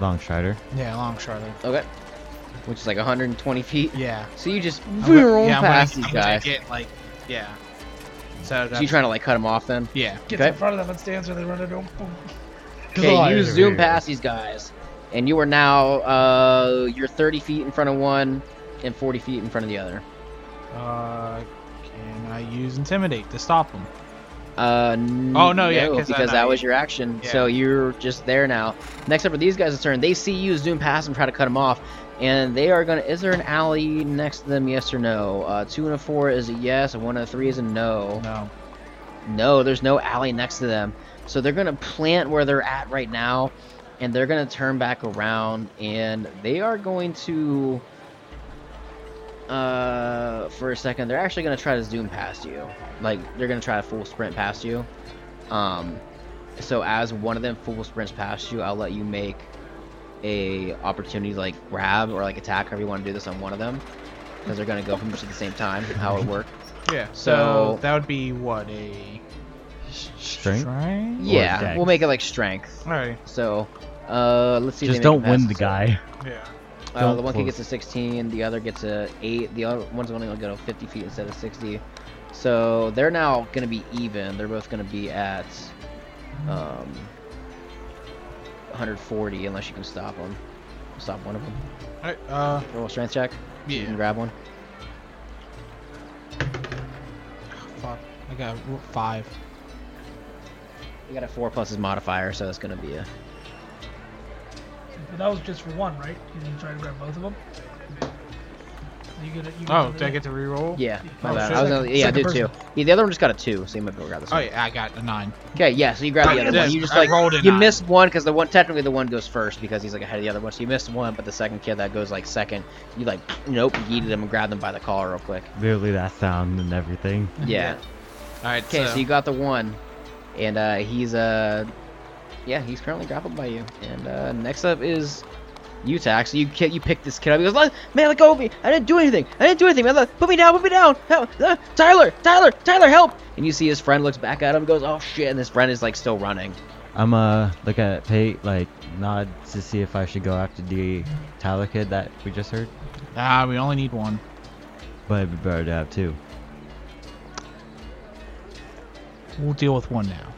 S2: Long Strider.
S4: yeah long shredder.
S1: Okay. Which is like 120 feet.
S4: Yeah.
S1: So you just
S4: I'm gonna-
S1: roll
S4: yeah, I'm gonna-
S1: past
S4: I'm
S1: these
S4: gonna
S1: guys.
S4: Get like yeah. So,
S1: So you
S4: that's-
S1: trying to like cut him off then?
S4: yeah.
S3: Gets
S1: Okay.
S3: in front of them and stands where they run into him. Boom.
S1: Okay, you
S2: Glide
S1: zoom
S2: here.
S1: past these guys, and you are now uh you're 30 feet in front of one, and 40 feet in front of the other.
S4: Uh, can I use intimidate to stop them?
S1: Uh, n-
S4: Oh, no, yeah, 'cause I
S1: because
S4: know
S1: that
S4: you-
S1: was your action.
S4: yeah.
S1: So you're just there now. Next up are these guys' turn. They see you zoom past and try to cut them off, and they are gonna. Is there an alley next to them? Yes or no? Uh, two and a four is a yes, and one and a three is a no.
S4: No.
S1: No, there's no alley next to them. So they're gonna plant where they're at right now, and they're gonna turn back around, and they are going to. Uh, for a second, they're actually gonna try to zoom past you. Like they're gonna try to full sprint past you. Um, so as one of them full sprints past you, I'll let you make a opportunity to like grab or like attack however you want to do this on one of them because they're gonna go pretty much at the same time. How it would work?
S4: Yeah.
S1: So-
S4: So that would be what a
S2: Strength.
S4: strength?
S1: yeah,
S2: dex.
S1: we'll make it like strength.
S4: All right.
S1: So uh, let's see. if
S2: Just
S1: they make
S2: don't
S1: it
S2: win
S1: past
S2: the
S1: this.
S2: guy.
S4: Yeah.
S1: Uh,
S2: Don't
S1: the one kid
S2: close.
S1: gets a 16, the other gets a 8. The other one's only going to go 50 feet instead of 60. So they're now going to be even. They're both going to be at um, 140 unless you can stop them. Stop one of them.
S4: All right. Uh.
S1: Roll a strength check. see if You can
S4: Yeah.
S1: grab one.
S4: Fuck. I got r- five.
S1: You got a 4 plus his modifier, so that's going to be a.
S3: But that was just for one, right? You didn't try to grab both of them. You get it. You
S4: Oh,
S3: it.
S4: did I get to reroll?
S1: Yeah, my
S3: Oh,
S1: bad.
S3: shit.
S1: I was gonna, yeah, do
S3: Second
S1: two. Yeah, the other one just got a 2, so you might be able to grab this
S4: Oh
S1: one.
S4: yeah, I got a nine.
S1: Okay, yeah, so you grab the
S4: I
S1: other
S4: did.
S1: one. You just
S4: I
S1: like
S4: rolled a
S1: you
S4: nine.
S1: missed one because the one technically the one goes first because he's like ahead of the other one. So you missed one, but the second kid that goes like second, you like nope, you yeeted him and grabbed them by the collar real quick.
S2: Literally that sound and everything.
S1: [laughs] Yeah.
S4: All right.
S1: Okay, so.
S4: so
S1: you got the one, and uh, he's uh, yeah, he's currently grappled by you. And uh, next up is you, Tax. You ki- you pick this kid up. He goes, "Let- man, let go of me. I didn't do anything. I didn't do anything. Man, let- put me down. Put me down. Help. Uh, Tyler, Tyler, Tyler, help! And you see his friend looks back at him, goes, oh shit, and his friend is like still running.
S2: I'm uh look at Pate like nod to see if I should go after the Tyler kid that we just heard.
S4: ah, we only need one.
S2: But it'd be better to have two.
S4: We'll deal with one now.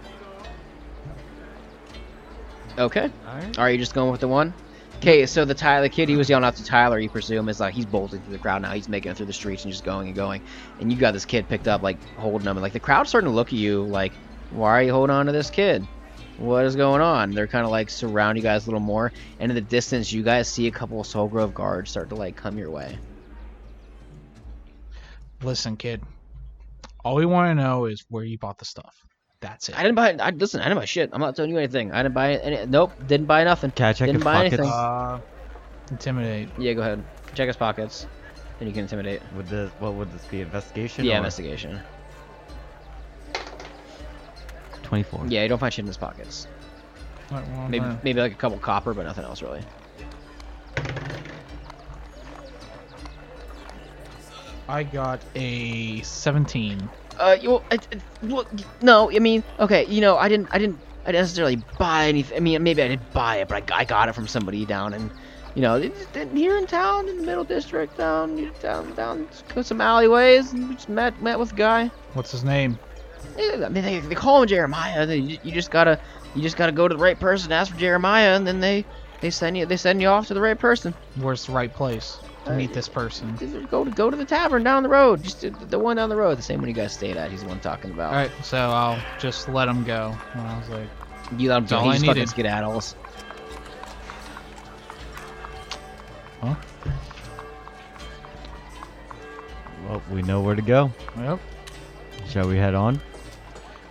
S1: Okay.
S2: Alright.
S1: Are you just going with the one? Okay, so the Tyler the kid, he was yelling out to Tyler. You presume is like he's bolting through the crowd now. He's making it through the streets and just going and going. And you got this kid picked up, like holding him, and like the crowd's starting to look at you, like, why are you holding on to this kid? What is going on? They're kind of like surround you guys a little more. And in the distance, you guys see a couple of Soul Grove guards start to like come your way.
S4: Listen, kid. All we want to know is where you bought the stuff. That's it.
S1: I didn't buy. I listen. I didn't buy shit. I'm not telling you anything. I didn't buy any. Nope. Didn't buy nothing.
S2: Can I check
S1: Didn't
S2: his
S1: buy
S2: pockets
S1: anything.
S4: Uh, intimidate.
S1: Yeah, go ahead. Check his pockets. Then you can intimidate.
S2: would this what would this be? Investigation?
S1: Yeah,
S2: or-
S1: investigation.
S2: twenty four.
S1: Yeah, you don't find shit in his pockets.
S4: What- what-
S1: Maybe
S4: what-
S1: maybe like a couple copper, but nothing else really.
S4: I got a 17.
S1: Uh, you well, it, it, well, no, I mean, okay, you know, I didn't, I didn't, I didn't necessarily buy anything. I mean, maybe I did buy it, but I, g- I got it from somebody down in, you know, it- it- here in town, in the middle district, down, down, down, some alleyways, and we just met, met with a guy.
S4: What's his name?
S1: Yeah, I mean, they, they call him Jeremiah. They, you, you just gotta, you just gotta go to the right person, ask for Jeremiah, and then they, they send you, they send you off to the right person.
S4: Where's the right place to meet this person?
S1: Go to, go to the tavern down the road, just the, the one down the road, the same one you guys stayed at. He's the one talking about.
S4: All right, so I'll just let him go. And I was like,
S1: You let him
S4: all
S1: go.
S4: I
S1: He's fucking
S4: needed.
S1: skedaddles.
S2: Well, we know where to go.
S4: yep.
S2: Shall we head on?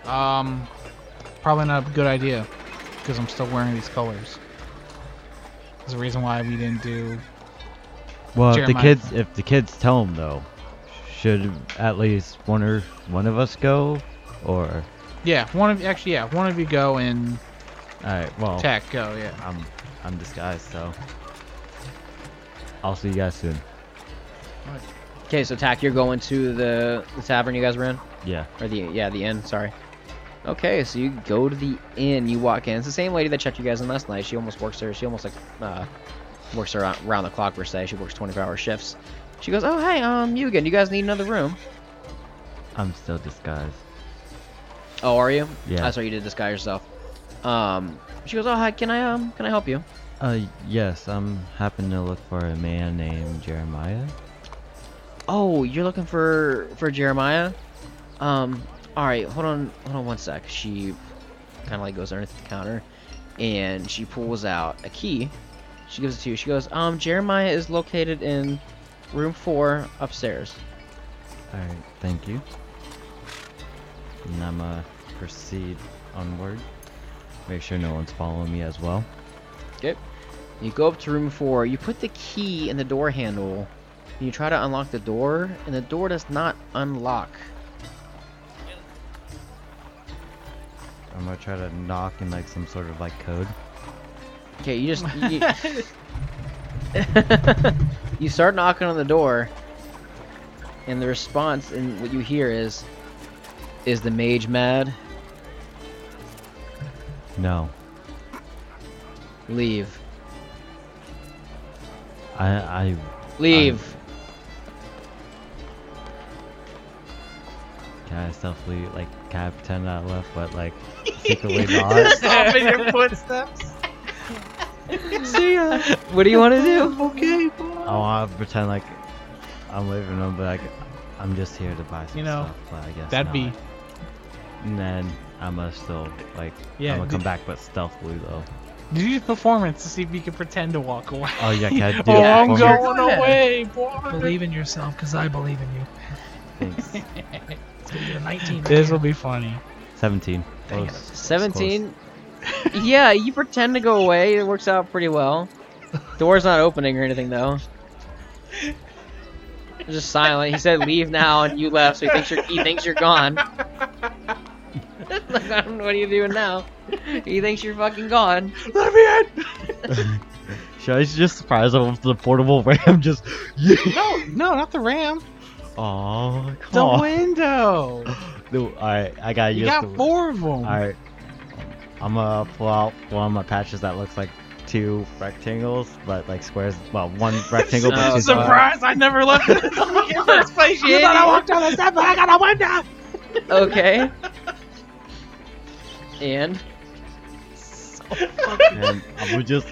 S4: Um, probably not a good idea because I'm still wearing these colors. There's a reason why we didn't do.
S2: Well, if the
S4: Jeremiah.
S2: kids if the kids tell him though, should at least one or one of us go, or
S4: Yeah, one of actually, yeah, one of you go and
S2: all right. Well,
S4: Tech go. [laughs] Yeah.
S2: I'm I'm disguised, so I'll see you guys soon.
S1: Okay, so Tack, you're going to the, the tavern you guys were in,
S2: Yeah.
S1: or the yeah the inn. Sorry. Okay, so you go to the inn. You walk in. It's the same lady that checked you guys in last night. She almost works there. She almost like uh, works around, around the clock per se. She works 24-hour shifts. She goes, "Oh hey, um, you again? You guys need another room?
S2: I'm still disguised.
S1: Oh, are you?
S2: Yeah.
S1: That's why you did disguise yourself. Um, she goes, "Oh hi, can I um can I help you?
S2: Uh, yes, I'm happen to look for a man named Jeremiah.
S1: Oh, you're looking for for Jeremiah? Um, all right, hold on, hold on one sec. She kind of like goes underneath the counter, and she pulls out a key. She gives it to you. She goes, um, Jeremiah is located in room four upstairs.
S2: All right, thank you. And I'ma proceed onward. Make sure no one's following me as well.
S1: You go up to room four. You put the key in the door handle. And you try to unlock the door, and the door does not unlock.
S2: I'm gonna try to knock in like some sort of like code.
S1: Okay, you just you, you [laughs] start knocking on the door, and the response and what you hear is, "Is the mage mad?
S2: No.
S1: Leave,
S2: I I
S1: leave."
S2: can I stealthily like can I pretend I left but like secretly not.
S3: Stop in your footsteps.
S1: [laughs] See ya. What do you want to do?
S3: Okay,
S2: I want to pretend like I'm leaving them, but like I'm just here to buy some
S4: You know,
S2: stuff. But I guess
S4: That'd be
S2: not. And then I must still like
S4: Yeah,
S2: I'm gonna
S4: d-
S2: come back, but stealthily though.
S4: [laughs] do your performance to see if you can pretend to walk away.
S2: Oh yeah, can I do
S4: oh,
S2: it
S4: I'm
S2: for me?
S4: going
S3: Go ahead.
S4: away, boy.
S3: Believe in yourself, because I believe in you.
S2: Thanks.
S3: It's gonna be a 19.
S4: This will be funny.
S2: Seventeen.
S3: Dang it.
S2: Close.
S1: Seventeen. yeah, you pretend to go away. It works out pretty well. Door's not opening or anything though. It's just silent. He said, "Leave now," and you left. So he thinks you're he thinks you're gone. [laughs] like, I don't know what are you doing now. He thinks you're fucking gone.
S4: Let me in.
S2: Should I just surprise him with the portable [laughs] ram? Just yeah.
S4: No, no, not the ram.
S2: Oh,
S4: The
S2: come on.
S4: window.
S2: No, all right, I got
S4: You
S2: used
S4: got
S2: to it.
S4: four of them.
S2: Alright. I'm gonna pull out one of my patches that looks like two rectangles, but like squares. Well, one rectangle, but
S1: Oh,
S2: two squares.
S4: Surprise! I never left it in the first place. You thought I walked down the step, but I got a window.
S1: Okay. And
S2: And I would just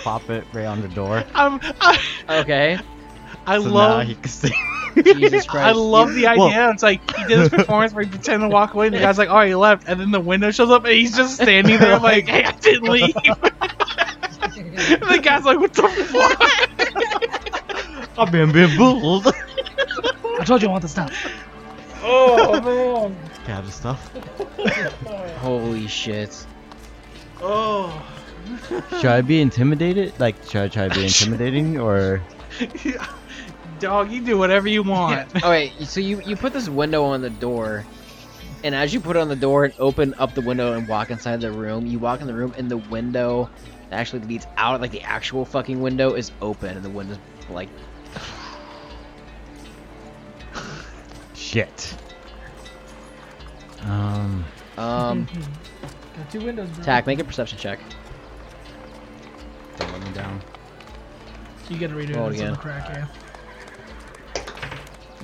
S2: pop it right on the door.
S4: I'm, Um, I,
S1: okay.
S4: I
S2: so now
S4: love.
S2: he can see.
S1: Jesus Christ.
S4: [laughs] I love the idea.
S2: Well-
S4: It's like he did his performance where he pretended to walk away, and the guy's like, "Oh, he left," and then the window shows up, and he's just standing there like, "Hey, I didn't leave." and the guy's like, "What the fuck?"
S2: I've been bamboozled. [laughs]
S3: I told you I want to stop.
S4: Oh man.
S2: Got the stuff.
S1: Holy shit.
S4: Oh.
S2: Should I be intimidated? Like, should I try [laughs] to be intimidating or?
S4: [laughs] Dog, you do whatever you want.
S1: All right, so you you put this window on the door, and as you put it on the door and open up the window and walk inside the room, you walk in the room and the window that actually leads out, like the actual fucking window, is open and the window's like
S2: Shit. Um.
S1: [laughs] um.
S3: Got two windows. bro.
S1: Tack, make a perception check.
S2: Don't let me down.
S3: You gotta redo
S1: Roll it
S3: it. It's on
S1: again.
S3: the crack, yeah.
S4: [laughs]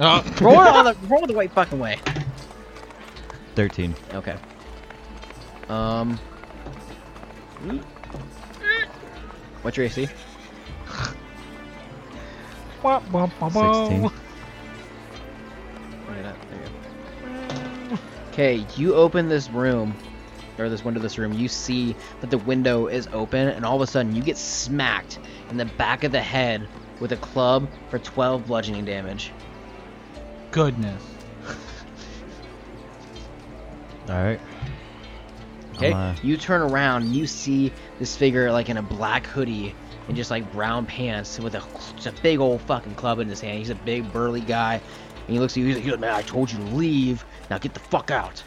S4: Oh.
S1: Roll it all the roll it the right fucking way.
S2: Thirteen.
S1: Okay. Um. What's your AC?
S4: Wah, wah, wah, wah.
S2: Sixteen.
S1: Right up, there you Okay, you open this room, or this window of this room, you see that the window is open, and all of a sudden you get smacked in the back of the head with a club for 12 bludgeoning damage.
S4: Goodness.
S2: All right.
S1: Okay?
S2: I'm, uh,
S1: You turn around, and you see this figure like in a black hoodie and just like brown pants with a, just a big old fucking club in his hand. He's a big burly guy, and he looks at you, he's like, "Yeah, man, I told you to leave. Now get the fuck out.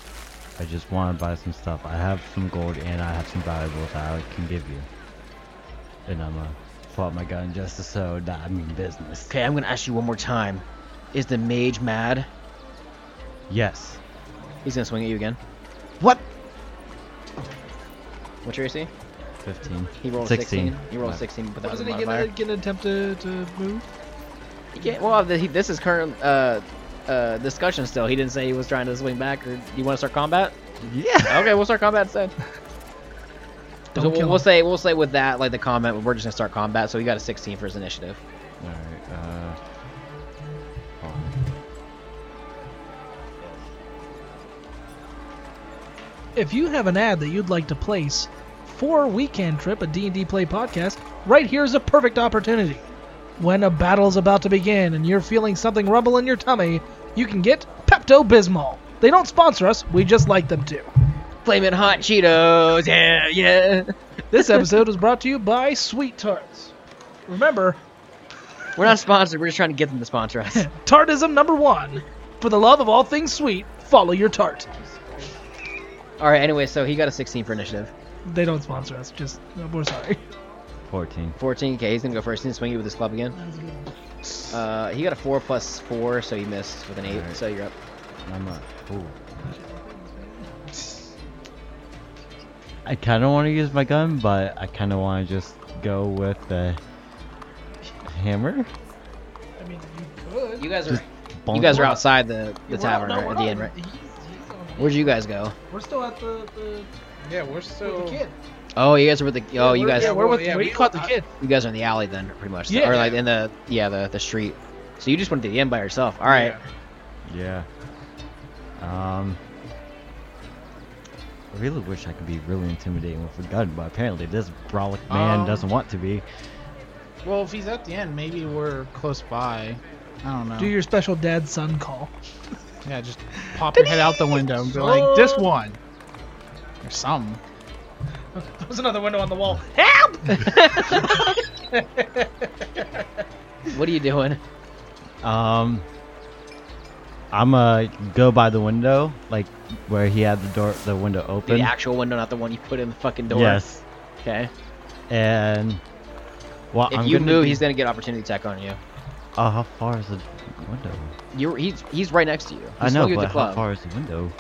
S2: I just want to buy some stuff. I have some gold and I have some valuables that I can give you. And I'm gonna pull out my gun just to show that I mean business.
S1: Okay, I'm gonna ask you one more time. Is the mage mad?
S2: Yes.
S1: He's gonna swing at you again.
S2: What?
S1: What's your AC?
S2: 15.
S1: He rolled
S2: 16.
S1: a 16. He rolled a
S2: Wow.
S1: 16, but that was a
S3: Wasn't he gonna,
S1: modifier.
S3: gonna attempt to, to move?
S1: Yeah, well, the, he, this is current uh, uh, discussion still. He didn't say he was trying to swing back, or you want to start combat?
S2: Yeah.
S1: Okay, we'll start combat
S3: [laughs]
S1: instead.
S3: Don't
S1: so
S3: kill
S1: we'll,
S3: him.
S1: we'll say we'll say with that like the comment we're just gonna start combat. So he got a 16 for his initiative.
S2: Alright, uh. hold on.
S3: If you have an ad that you'd like to place for Weekend Trip, a D&D Play podcast, right here is a perfect opportunity. When a battle's about to begin and you're feeling something rumble in your tummy, you can get Pepto-Bismol. They don't sponsor us, we just like them to.
S1: Flaming hot Cheetos, yeah, yeah.
S3: This episode was brought to you by Sweet Tarts. Remember,
S1: We're not sponsored. We're just trying to get them to sponsor
S3: [laughs]
S1: us.
S3: tartism number one. For the love of all things sweet, follow your tart.
S1: All right. Anyway, so he got a 16 for initiative.
S3: They don't sponsor us, just, we're sorry.
S2: 14.
S1: 14. Okay, he's gonna go first. He's gonna swing you with his club again. Uh, he got a four plus four, so he missed with an eight.
S2: Alright.
S1: So you're up.
S2: I'm a, ooh. I kind of want to use my gun, but I kind of want to just go with the hammer.
S3: I mean, you could.
S1: You guys are
S2: Just
S1: you
S2: Bonk.
S1: guys are outside the, the
S3: We're
S1: tavern
S3: not-
S1: right,
S3: no, we're
S1: at the
S3: not-
S1: end, right?
S3: he's- he's on-
S1: Where'd you guys go?
S3: We're still at the, the,
S4: Yeah, we're
S3: with the kid.
S1: Oh, you guys are with the oh, you
S3: We're-
S1: guys
S3: Yeah, we're with.
S4: Yeah,
S3: we
S4: we-
S3: caught the kid.
S1: you guys are in the alley then, pretty much.
S3: Yeah.
S1: Or like in the yeah the the street. So you just went to the end by yourself. All right.
S2: Yeah. Um. I really wish I could be really intimidating with a gun, but apparently this brolic man
S4: Um,
S2: doesn't want to be.
S4: Well, if he's at the end, maybe we're close by. I don't know.
S3: Do your special dad son [laughs] call.
S4: yeah, just pop your head out the window and be like, this one. Or something.
S3: There's another window on the wall. Help!
S1: What are you doing?
S2: Um. I'ma go by the window, like where he had the door, the window open.
S1: The actual window, not the one you put in the fucking door.
S2: Yes.
S1: Okay.
S2: And well,
S1: If
S2: I'm
S1: you
S2: gonna
S1: move,
S2: do-
S1: he's gonna get opportunity attack on you.
S2: Oh, how far is the window?
S1: You're he's he's right next to you. He
S2: I know,
S1: swung you with
S2: but
S1: the
S2: how
S1: club.
S2: far is the window?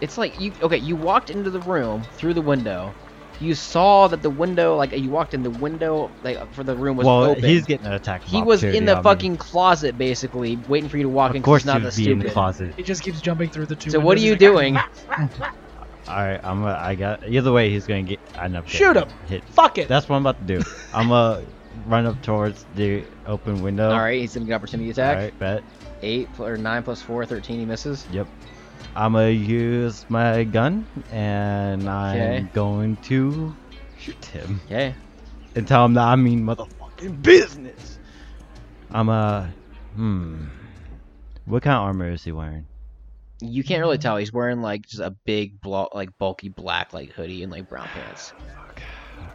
S1: It's like you okay, you walked into the room through the window. You saw that the window, like you walked in the window, like for the room was
S2: well,
S1: open.
S2: he's getting an attack. of
S1: he was in
S2: opportunity
S1: the
S2: on me.
S1: fucking closet, basically, waiting for you to walk in.
S2: Of
S1: 'cause
S2: course,
S1: he's not
S2: he'd be
S1: that
S2: in the
S1: stupid.
S2: closet.
S3: He just keeps jumping through the two.
S1: So what are you
S3: windows. He's like, "Ah,
S1: doing?
S2: All right, I'm. Gonna, I got. Either way, he's gonna get. I end up getting
S3: Shoot him.
S2: Hit.
S3: Fuck it.
S2: That's what I'm about
S1: [laughs]
S2: to do. I'm gonna run up towards the open window.
S1: All right, he's gonna get opportunity attack.
S2: All right, bet.
S1: Eight pl- or nine plus four, 13, He misses.
S2: Yep. I'm gonna use my gun and I'm
S1: Okay.
S2: going to shoot him
S1: Okay.
S2: and tell him that I mean motherfucking business. I'm uh, hmm. What kind of armor is he wearing?
S1: You can't really tell. He's wearing like just a big, blo- like bulky black like hoodie and like brown pants.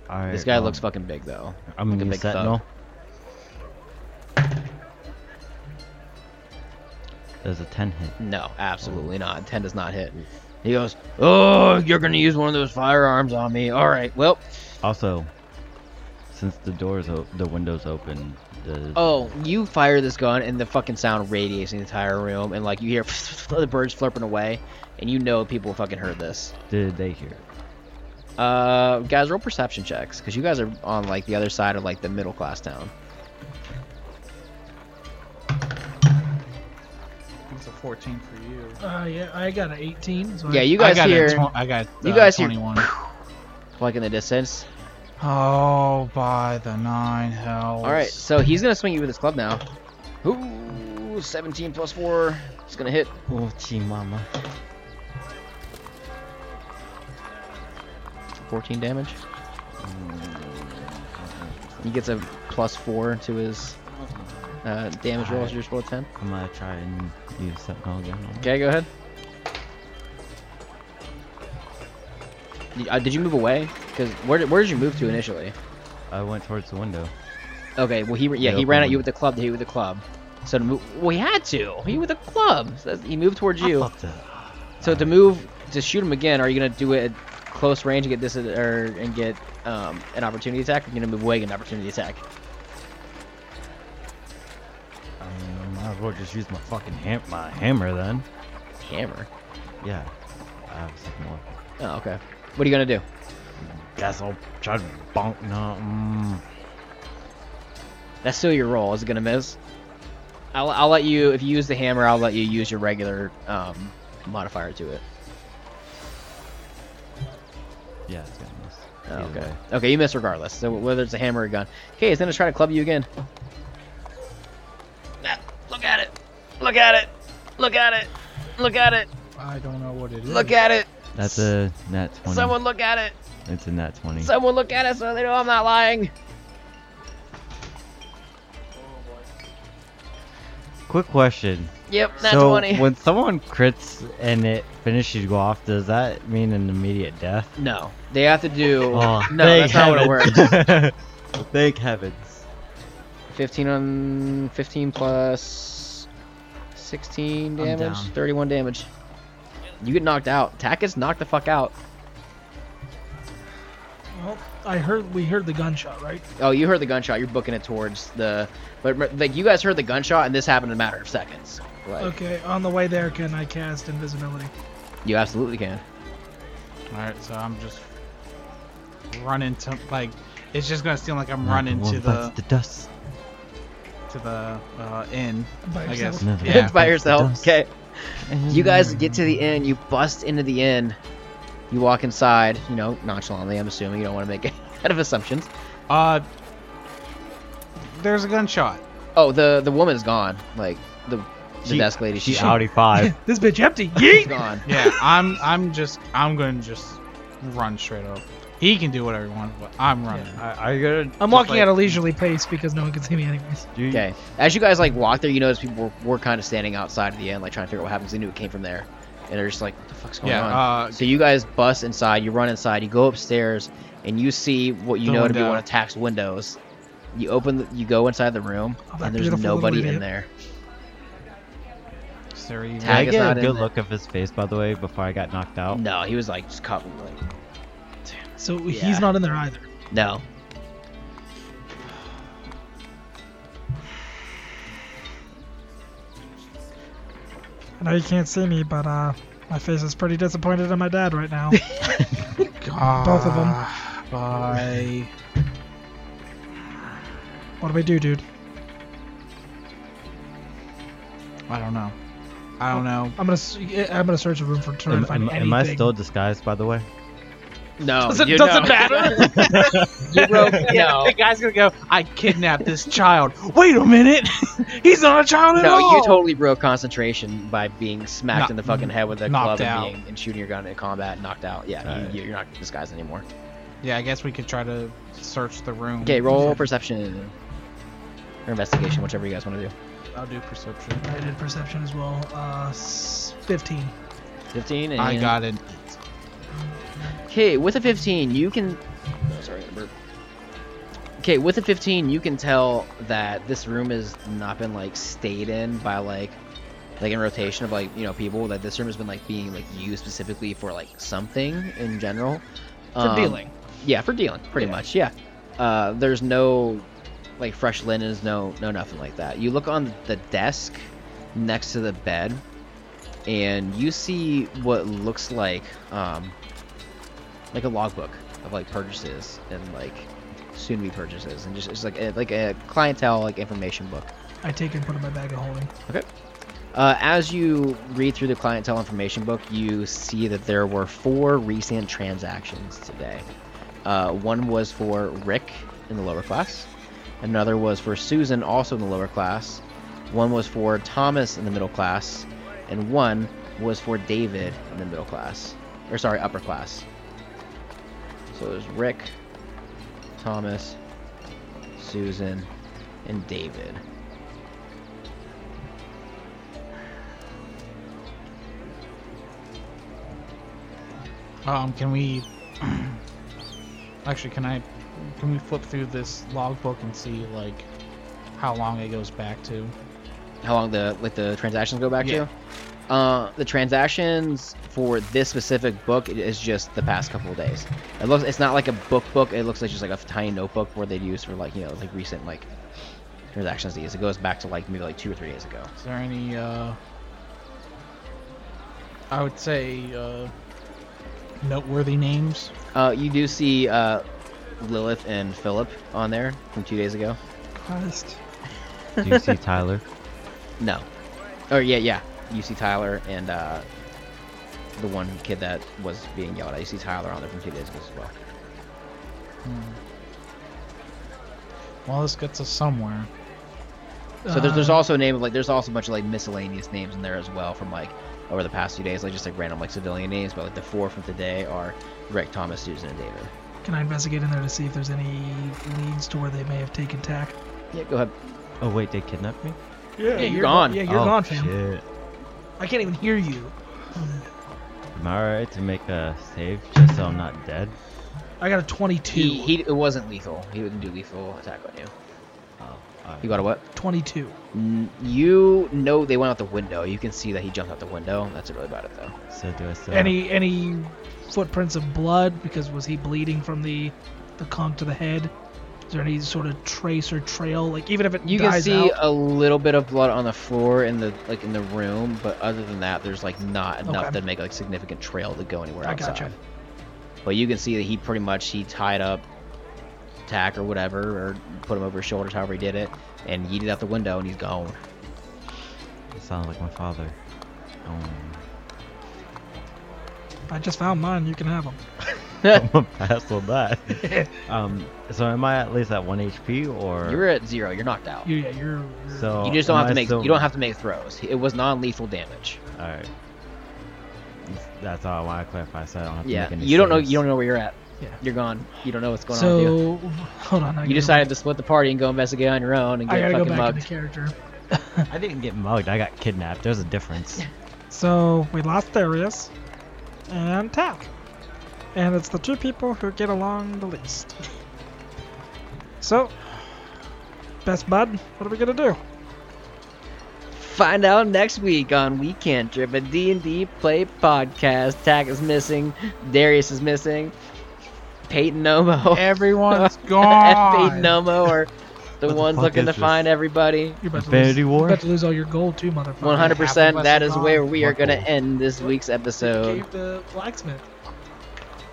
S2: All right.
S1: This guy
S2: um,
S1: looks fucking big though.
S2: I'm
S1: like a
S2: gonna use
S1: big thug.
S2: sentinel. There's a ten hit.
S1: No, absolutely not. Ten does not hit. He goes, "Oh, you're gonna use one of those firearms on me." All right. Well,
S2: Also, since the doors o- the windows open, the
S1: oh, you fire this gun, and the fucking sound radiates the entire room, and like you hear [laughs] the birds flirping away, and you know people fucking heard this.
S2: did they hear? it?
S1: Uh, guys, roll perception checks, cause you guys are on like the other side of like the middle class town.
S4: I think it's a 14 for you.
S3: Uh, yeah, I got an 18. So I-
S1: Yeah, you guys
S4: I got a
S1: hear
S4: twen- I got
S1: you
S4: uh,
S1: guys hear-
S4: 21.
S1: like in the distance.
S4: Oh, by the nine hells.
S1: All right, so he's gonna swing you with his club now. Ooh, 17 plus four. It's gonna hit.
S2: Oh, gee, mama.
S1: 14 damage. He gets a plus four to his uh, damage roll. So you just roll a 10.
S2: I'm gonna try and use sentinel again.
S1: Okay, go ahead. Y- Uh, did you move away? Because where did, where did you move to initially?
S2: I went towards the window.
S1: Okay, well he yeah
S2: Yeah,
S1: he
S2: open
S1: ran at
S2: one.
S1: you with the club to hit you with the club. So to move, well he had to. He with the club. So that's- he moved towards
S2: I
S1: you.
S2: thought that-
S1: So to move to shoot him again, are you gonna do it at close range and get this or and get um, an opportunity attack? Or are you gonna move away and get an opportunity attack?
S2: I mean, I might as well just use my fucking ham- my hammer then.
S1: Hammer.
S2: Yeah. I have second one.
S1: Oh okay. What are you gonna do?
S2: Guess I'll try to bonk. No. Mm.
S1: That's still your roll. Is it gonna miss? I'll, I'll let you if you use the hammer. I'll let you use your regular um, modifier to it.
S2: Yeah, it's gonna miss.
S1: Oh, okay.
S2: Either way.
S1: Okay, you miss regardless. So whether it's a hammer or a gun. Okay, he's gonna try to club you again. Ah, Look at it. Look at it. Look at it. Look at it.
S4: I don't know what it is.
S1: Look at it.
S2: That's a nat 20.
S1: Someone look at it.
S2: It's a nat 20.
S1: Someone look at it so they know I'm not lying.
S2: Quick question.
S1: Yep, that's
S2: so
S1: twenty.
S2: when someone crits and it finishes you off, does that mean an immediate death?
S1: No, they have to do.
S2: Oh,
S1: no, that's not what it
S2: [laughs]
S1: works.
S2: works. [laughs] thank heavens.
S1: Fifteen on fifteen plus sixteen
S4: I'm
S1: damage,
S4: down.
S1: thirty-one damage. You get knocked out. Tack gets knocked the fuck out.
S3: Well, Oh, I heard we heard the gunshot, right?
S1: Oh, you heard the gunshot. You're booking it towards the, but re- like you guys heard the gunshot, and this happened in a matter of seconds. Like,
S3: Okay, on the way there, can I cast invisibility?
S1: You absolutely can.
S4: All right, so I'm just running to like it's just gonna seem like I'm running
S2: One
S4: to
S2: bites
S4: the
S2: the [laughs] dust.
S4: to the uh, inn.
S3: By
S4: I guess.
S3: yourself?
S2: Another
S4: [laughs] Yeah.
S1: By
S2: one bites the
S1: yourself.
S2: dust.
S1: Okay. You guys get to the inn. You bust into the inn. You walk inside. You know, nonchalantly. I'm assuming you don't want to make [laughs] any kind of assumptions.
S4: Uh, there's a gunshot.
S1: Oh, the the woman's gone. Like the the
S2: She-
S1: desk lady.
S2: She
S1: She's [laughs]
S2: Audi five.
S3: [laughs] this bitch empty.
S1: She's [laughs]
S3: Yeet.
S1: gone.
S4: [laughs] Yeah, I'm I'm just I'm gonna just run straight up. He can do whatever he wants, but I'm running.
S2: Are, are you gonna?
S3: I'm
S2: just,
S3: walking
S2: like,
S3: at a leisurely pace because no one can see me anyways.
S2: do you-
S1: Okay. As you guys like walk there, you notice people were, were kind of standing outside of the inn, like trying to figure out what happens. They knew it came from there, and they're just like, "What the fuck's going
S4: Yeah,
S1: on?"
S4: uh,
S1: So you guys bust inside, you run inside, you go upstairs, and you see what you
S4: The
S1: know to be
S4: window.
S1: one of Tack's windows. You open, the, you go inside the room,
S3: Oh, that
S1: and there's
S3: beautiful little
S1: nobody in
S3: idiot.
S1: there.
S4: is there even-
S2: Did I
S1: Tag is
S2: get
S1: not
S2: a
S1: in
S2: good
S1: there.
S2: look of his face, by the way, before I got knocked out.
S1: No, he was like just covered. Like,
S3: So
S1: Yeah.
S3: he's not in there either.
S1: no,
S3: I know you can't see me, but uh, my face is pretty disappointed in my dad right [laughs] now. Both of 'em.
S4: Ah, Bye.
S3: what do we do, dude?
S4: I don't know. I don't [laughs] know.
S3: I'm gonna s- I'm gonna search the room for trying
S2: Am,
S3: to find
S2: am-
S3: anything.
S2: am I still disguised, by the
S3: [laughs]
S2: way?
S4: [laughs]
S1: no.
S3: Does it-
S1: you
S3: does it
S1: know. [laughs]
S3: matter?
S1: you broke. No,
S4: The guy's gonna go. I kidnapped this child. Wait a minute. [laughs] He's not a child at all.
S1: no, you totally broke concentration by being smacked
S4: Knock-
S1: in the fucking head with a
S4: knocked
S1: club
S4: out.
S1: and, being, and shooting your gun in combat, and knocked out. Yeah,
S2: Alright.
S1: you, you're not disguised anymore.
S4: Yeah, I guess we could try to search the room.
S1: Okay, roll perception or investigation, whichever you guys want to do.
S4: I'll do perception.
S3: I did perception as well. Uh, s- 15.
S1: Fifteen. And
S4: I got it.
S1: Okay, with a 15, you can. Oh, sorry, I burped. Okay, with a 15, you can tell that this room has not been like stayed in by like, like in rotation of like you know people. That this room has been like being like used specifically for like something in general.
S3: For
S1: Um,
S3: dealing.
S1: Yeah, for dealing, pretty
S3: Yeah.
S1: much. Yeah. Uh, there's no like fresh linens, no no nothing like that. You look on the desk next to the bed, and you see what looks like um, like a logbook of like purchases and like soon to be purchases, and just it's like a, like a clientele like information book.
S3: I take and put in my bag of holding.
S1: Uh, as you read through the clientele information book, you see that there were four recent transactions today. Uh, one was for Rick in the lower class, another was for Susan, also in the lower class, one was for Thomas in the middle class, and one was for David in the middle class. Or, sorry, upper class. So it was Rick, Thomas, Susan, and David.
S4: Um, can we? [clears throat] Actually, can I? Can we flip through this logbook and see like how long it goes back to?
S1: how long the like the transactions go back
S4: Yeah.
S1: to. Uh, the transactions for this specific book it is just the past couple of days. It looks it's not like a book book. It looks like just like a tiny notebook where they'd use for like you know like recent like transactions. These it goes back to like maybe like two or three days ago.
S4: Is there any? uh... I would say uh, noteworthy names.
S1: Uh, you do see uh, Lilith and Philip on there from two days ago.
S3: Christ.
S2: Do you see Tyler?
S1: No, or Oh, yeah yeah you see Tyler and uh, the one kid that was being yelled at. You see Tyler on there from two days ago as well.
S4: Well, this gets us somewhere.
S1: So there's, there's
S3: Uh,
S1: also a name of like there's also a bunch of like miscellaneous names in there as well from like over the past few days like just like random like civilian names but like the four from today are Rick, Thomas, Susan, and David.
S3: Can I investigate in there to see if there's any leads to where they may have taken tack?
S1: Yeah, go ahead.
S2: Oh wait, they kidnapped me.
S1: Yeah, you're gone.
S3: Yeah, you're
S2: oh,
S3: gone, fam.
S2: Shit.
S3: I can't even hear you.
S2: Am I alright to make a save just so I'm not dead?
S3: I got a 22.
S1: He, he it wasn't lethal. He wouldn't do lethal attack on you.
S2: Oh,
S1: You
S2: alright.
S1: got a what?
S3: 22.
S1: N- You know they went out the window. You can see that he jumped out the window. That's really about it though.
S2: So do I still?
S3: Any any footprints of blood? Because was he bleeding from the the conk to the head? Is there any sort of trace or trail? Like even if it
S1: You can
S3: dies
S1: see
S3: out.
S1: a little bit of blood on the floor in the like in the room, but other than that, there's like not enough
S3: Okay.
S1: to make like significant trail to go anywhere
S3: I
S1: outside.
S3: gotcha.
S1: But you can see that he pretty much he tied up Tack or whatever, or put him over his shoulders, however he did it, and yeeted out the window, and he's gone.
S2: It sounds like my
S1: [laughs]
S2: father. Um, [laughs]
S3: I just found mine. You can have them.
S2: I'm gonna pass on
S3: [laughs]
S2: that. um, so am I at least at one HP or?
S1: You're at zero. You're knocked out.
S3: You, yeah, you're. you're-
S2: so
S1: you just don't have
S2: am
S1: to
S2: I
S1: make
S2: still-
S1: you don't have to make throws. It was non-lethal damage.
S2: All right. That's all I want to clarify. So I don't have to
S1: Yeah,
S2: make any
S1: you don't know
S2: saves. [laughs]
S1: you don't know where you're at.
S3: Yeah.
S1: you're gone. You don't know what's going on. With you.
S3: so [laughs] hold on. I
S1: you
S3: gotta-
S1: decided to split the party and go investigate on your own and
S3: I
S1: get
S3: gotta go
S1: fucking
S3: back
S1: mugged.
S3: into character.
S2: I didn't get mugged. I got kidnapped. There's a difference.
S3: So we lost Darius and Tack. And it's the two people who get along the least. So, best bud, what are we gonna do?
S1: Find out next week on Weekend Trip, a D&D play podcast. Tack is missing. Darius is missing. Peyton Nomo. [laughs]
S4: Everyone's
S1: Peyton
S4: gone.
S1: Nomo are the
S2: What the
S1: ones
S2: fuck
S1: looking to
S2: is this?
S1: find everybody.
S3: You're about to, lose,
S2: Infinity
S3: you're
S2: War?
S3: about to lose all your gold too, motherfucker.
S1: 100%.
S4: us
S1: That
S4: are
S1: is
S4: gone.
S1: where we are going to
S2: Fuck.
S1: end this week's
S3: You [laughs]
S1: episode.
S3: gave the blacksmith.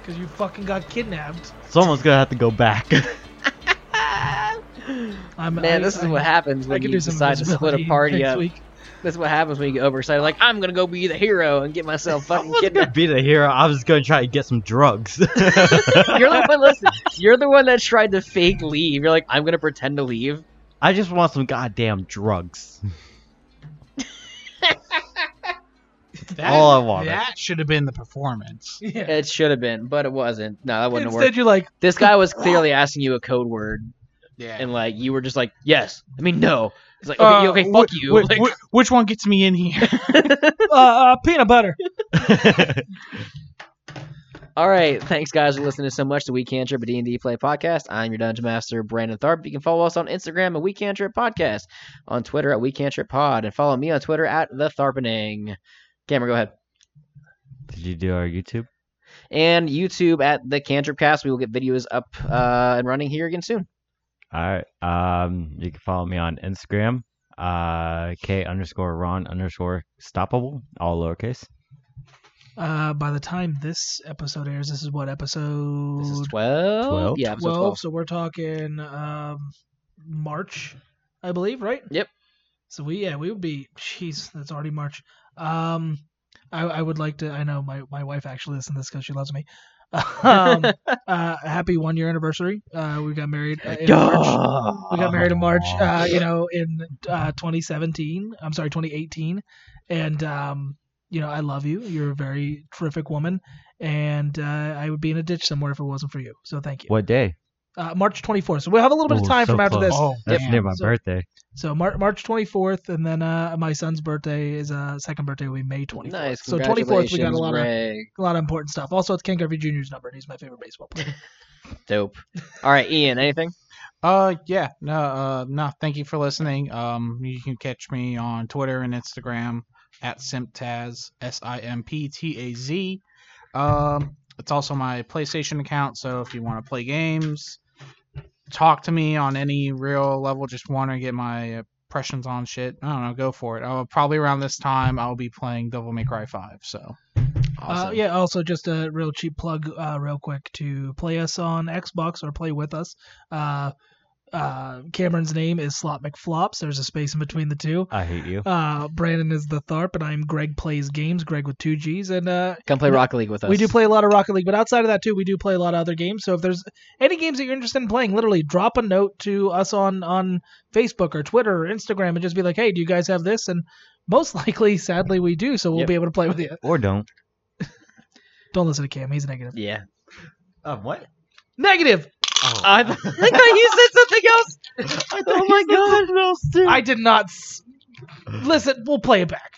S3: Because you fucking got kidnapped.
S2: Someone's gonna have to go [laughs] back.
S3: I'm,
S1: Man,
S3: I-
S1: this is
S3: I-
S1: what happens
S3: I
S1: when
S3: could
S1: you
S3: do some
S1: decide to split a
S3: invisibility
S1: party
S3: next
S1: up.
S3: week.
S1: This is what happens when you get overexcited. Like, I'm going to go be the hero and get
S3: [laughs]
S1: myself
S2: I
S1: fucking
S2: wasn't
S1: kidnapped.
S2: gonna be the hero. I was gonna try to get some drugs.
S1: You're the one. Listen, you're the one that tried to fake leave. You're like, I'm gonna pretend to leave.
S2: [laughs] I just want some goddamn drugs.
S4: That-
S2: All I wanted.
S4: That should have been the performance.
S3: [laughs] Yeah.
S1: It should have been, but it wasn't. No, that wouldn't have
S3: Instead,
S1: worked.
S3: you're like,
S1: This guy was clearly asking you a code word,
S4: Yeah.
S1: and like you were just like, yes. I mean, no. It's like, okay,
S4: Uh,
S1: okay,
S4: wh-
S1: fuck you.
S4: wh-
S1: Like,
S4: wh- which one gets me in
S1: [laughs]
S4: here?
S3: uh, uh, peanut butter.
S2: [laughs]
S1: all right, thanks guys for listening so much to We Can't Trip a D&D Play podcast. I'm your dungeon master Brandon Tharp. You can follow us on Instagram at We Can't Trip Podcast, on Twitter at We Can't Trip Pod, and follow me on Twitter at the Tharpening. Camera, go ahead.
S2: Did you do our YouTube?
S1: And YouTube at the Cantrip Cast. We will get videos up uh, and running here again soon.
S2: Alright. Um you can follow me on Instagram. Uh K underscore Ron underscore stoppable. All lowercase.
S3: Uh, by the time this episode airs, this is what episode?
S1: This is 12?
S2: 12?
S1: Yeah, episode
S3: 12,
S1: 12.
S3: so we're talking um march i believe right
S1: Yep.
S3: so we yeah we would be jeez that's already march um i, I would like to i know my, my wife actually listens to this because she loves me [laughs] um uh happy one year anniversary uh we got married uh, in march we got married in March,
S2: Uh-huh.
S3: uh, you know, in uh, 2017. I'm sorry, 2018. And, um, you know, I love you. You're a very terrific woman. And uh, I would be in a ditch somewhere if it wasn't for you. So thank you
S2: What day?
S3: uh, March 24th. So we'll have a little bit of
S2: Oh,
S3: time
S2: so
S3: from after this.
S4: Oh,
S2: That's
S4: damn.
S2: near my
S3: So-
S2: birthday.
S3: So Mar- March 24th, and then uh, my son's birthday is uh, second birthday will be May 24th.
S1: Nice.
S3: So 24th, we got a
S1: congratulations,
S3: lot of
S1: Greg.
S3: a lot of important stuff. Also, it's Ken Griffey Jr.'s number, and he's my favorite baseball player.
S1: Dope. All right, Ian, anything?
S4: Uh, yeah, no, uh, no. Thank you for listening. Um, you can catch me on Twitter and Instagram at simptaz, S I M P T A Z. Um, it's also my PlayStation account, so if you want to play games, talk to me on any real level. Just want to get my impressions on shit. I don't know, go for it. I'll probably around this time I'll be playing Devil May Cry Five. So,
S3: Uh, yeah. Also, just a real cheap plug, uh, real quick, to play us on Xbox or play with us. Uh, uh, Cameron's name is Slot McFlops. There's a space in between the two.
S2: I hate [laughs] you.
S3: Uh, Brandon is the Tharp, and I'm Greg Plays Games. Greg with two G's, and uh,
S1: Come play
S3: No,
S1: Rocket League with us.
S3: We do play a lot of Rocket League, but outside of that too, we do play a lot of other games. So if there's any games that you're interested in playing, literally drop a note to us on on Facebook or Twitter or Instagram and just be like, "Hey, do you guys have this?" And most [laughs] likely, sadly, we do, so we'll
S1: Yep.
S3: be able to play with you.
S2: Or [laughs] don't.
S3: Don't listen to Cam; he's negative.
S1: Yeah.
S3: [laughs]
S2: Uh, what?
S3: Negative.
S1: I thought you said something else.
S2: [laughs]
S1: oh my god.
S3: I did not. S- listen, we'll play it back.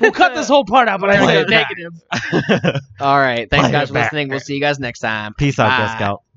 S3: We'll cut this whole part out, but I
S4: Play
S3: said
S4: it back.
S3: negative.
S1: All right. Thanks,
S2: Play
S1: guys,
S2: it
S1: for
S2: back.
S1: listening. We'll see you guys next time.
S2: Peace out, Girl
S1: Bye.
S2: Scout.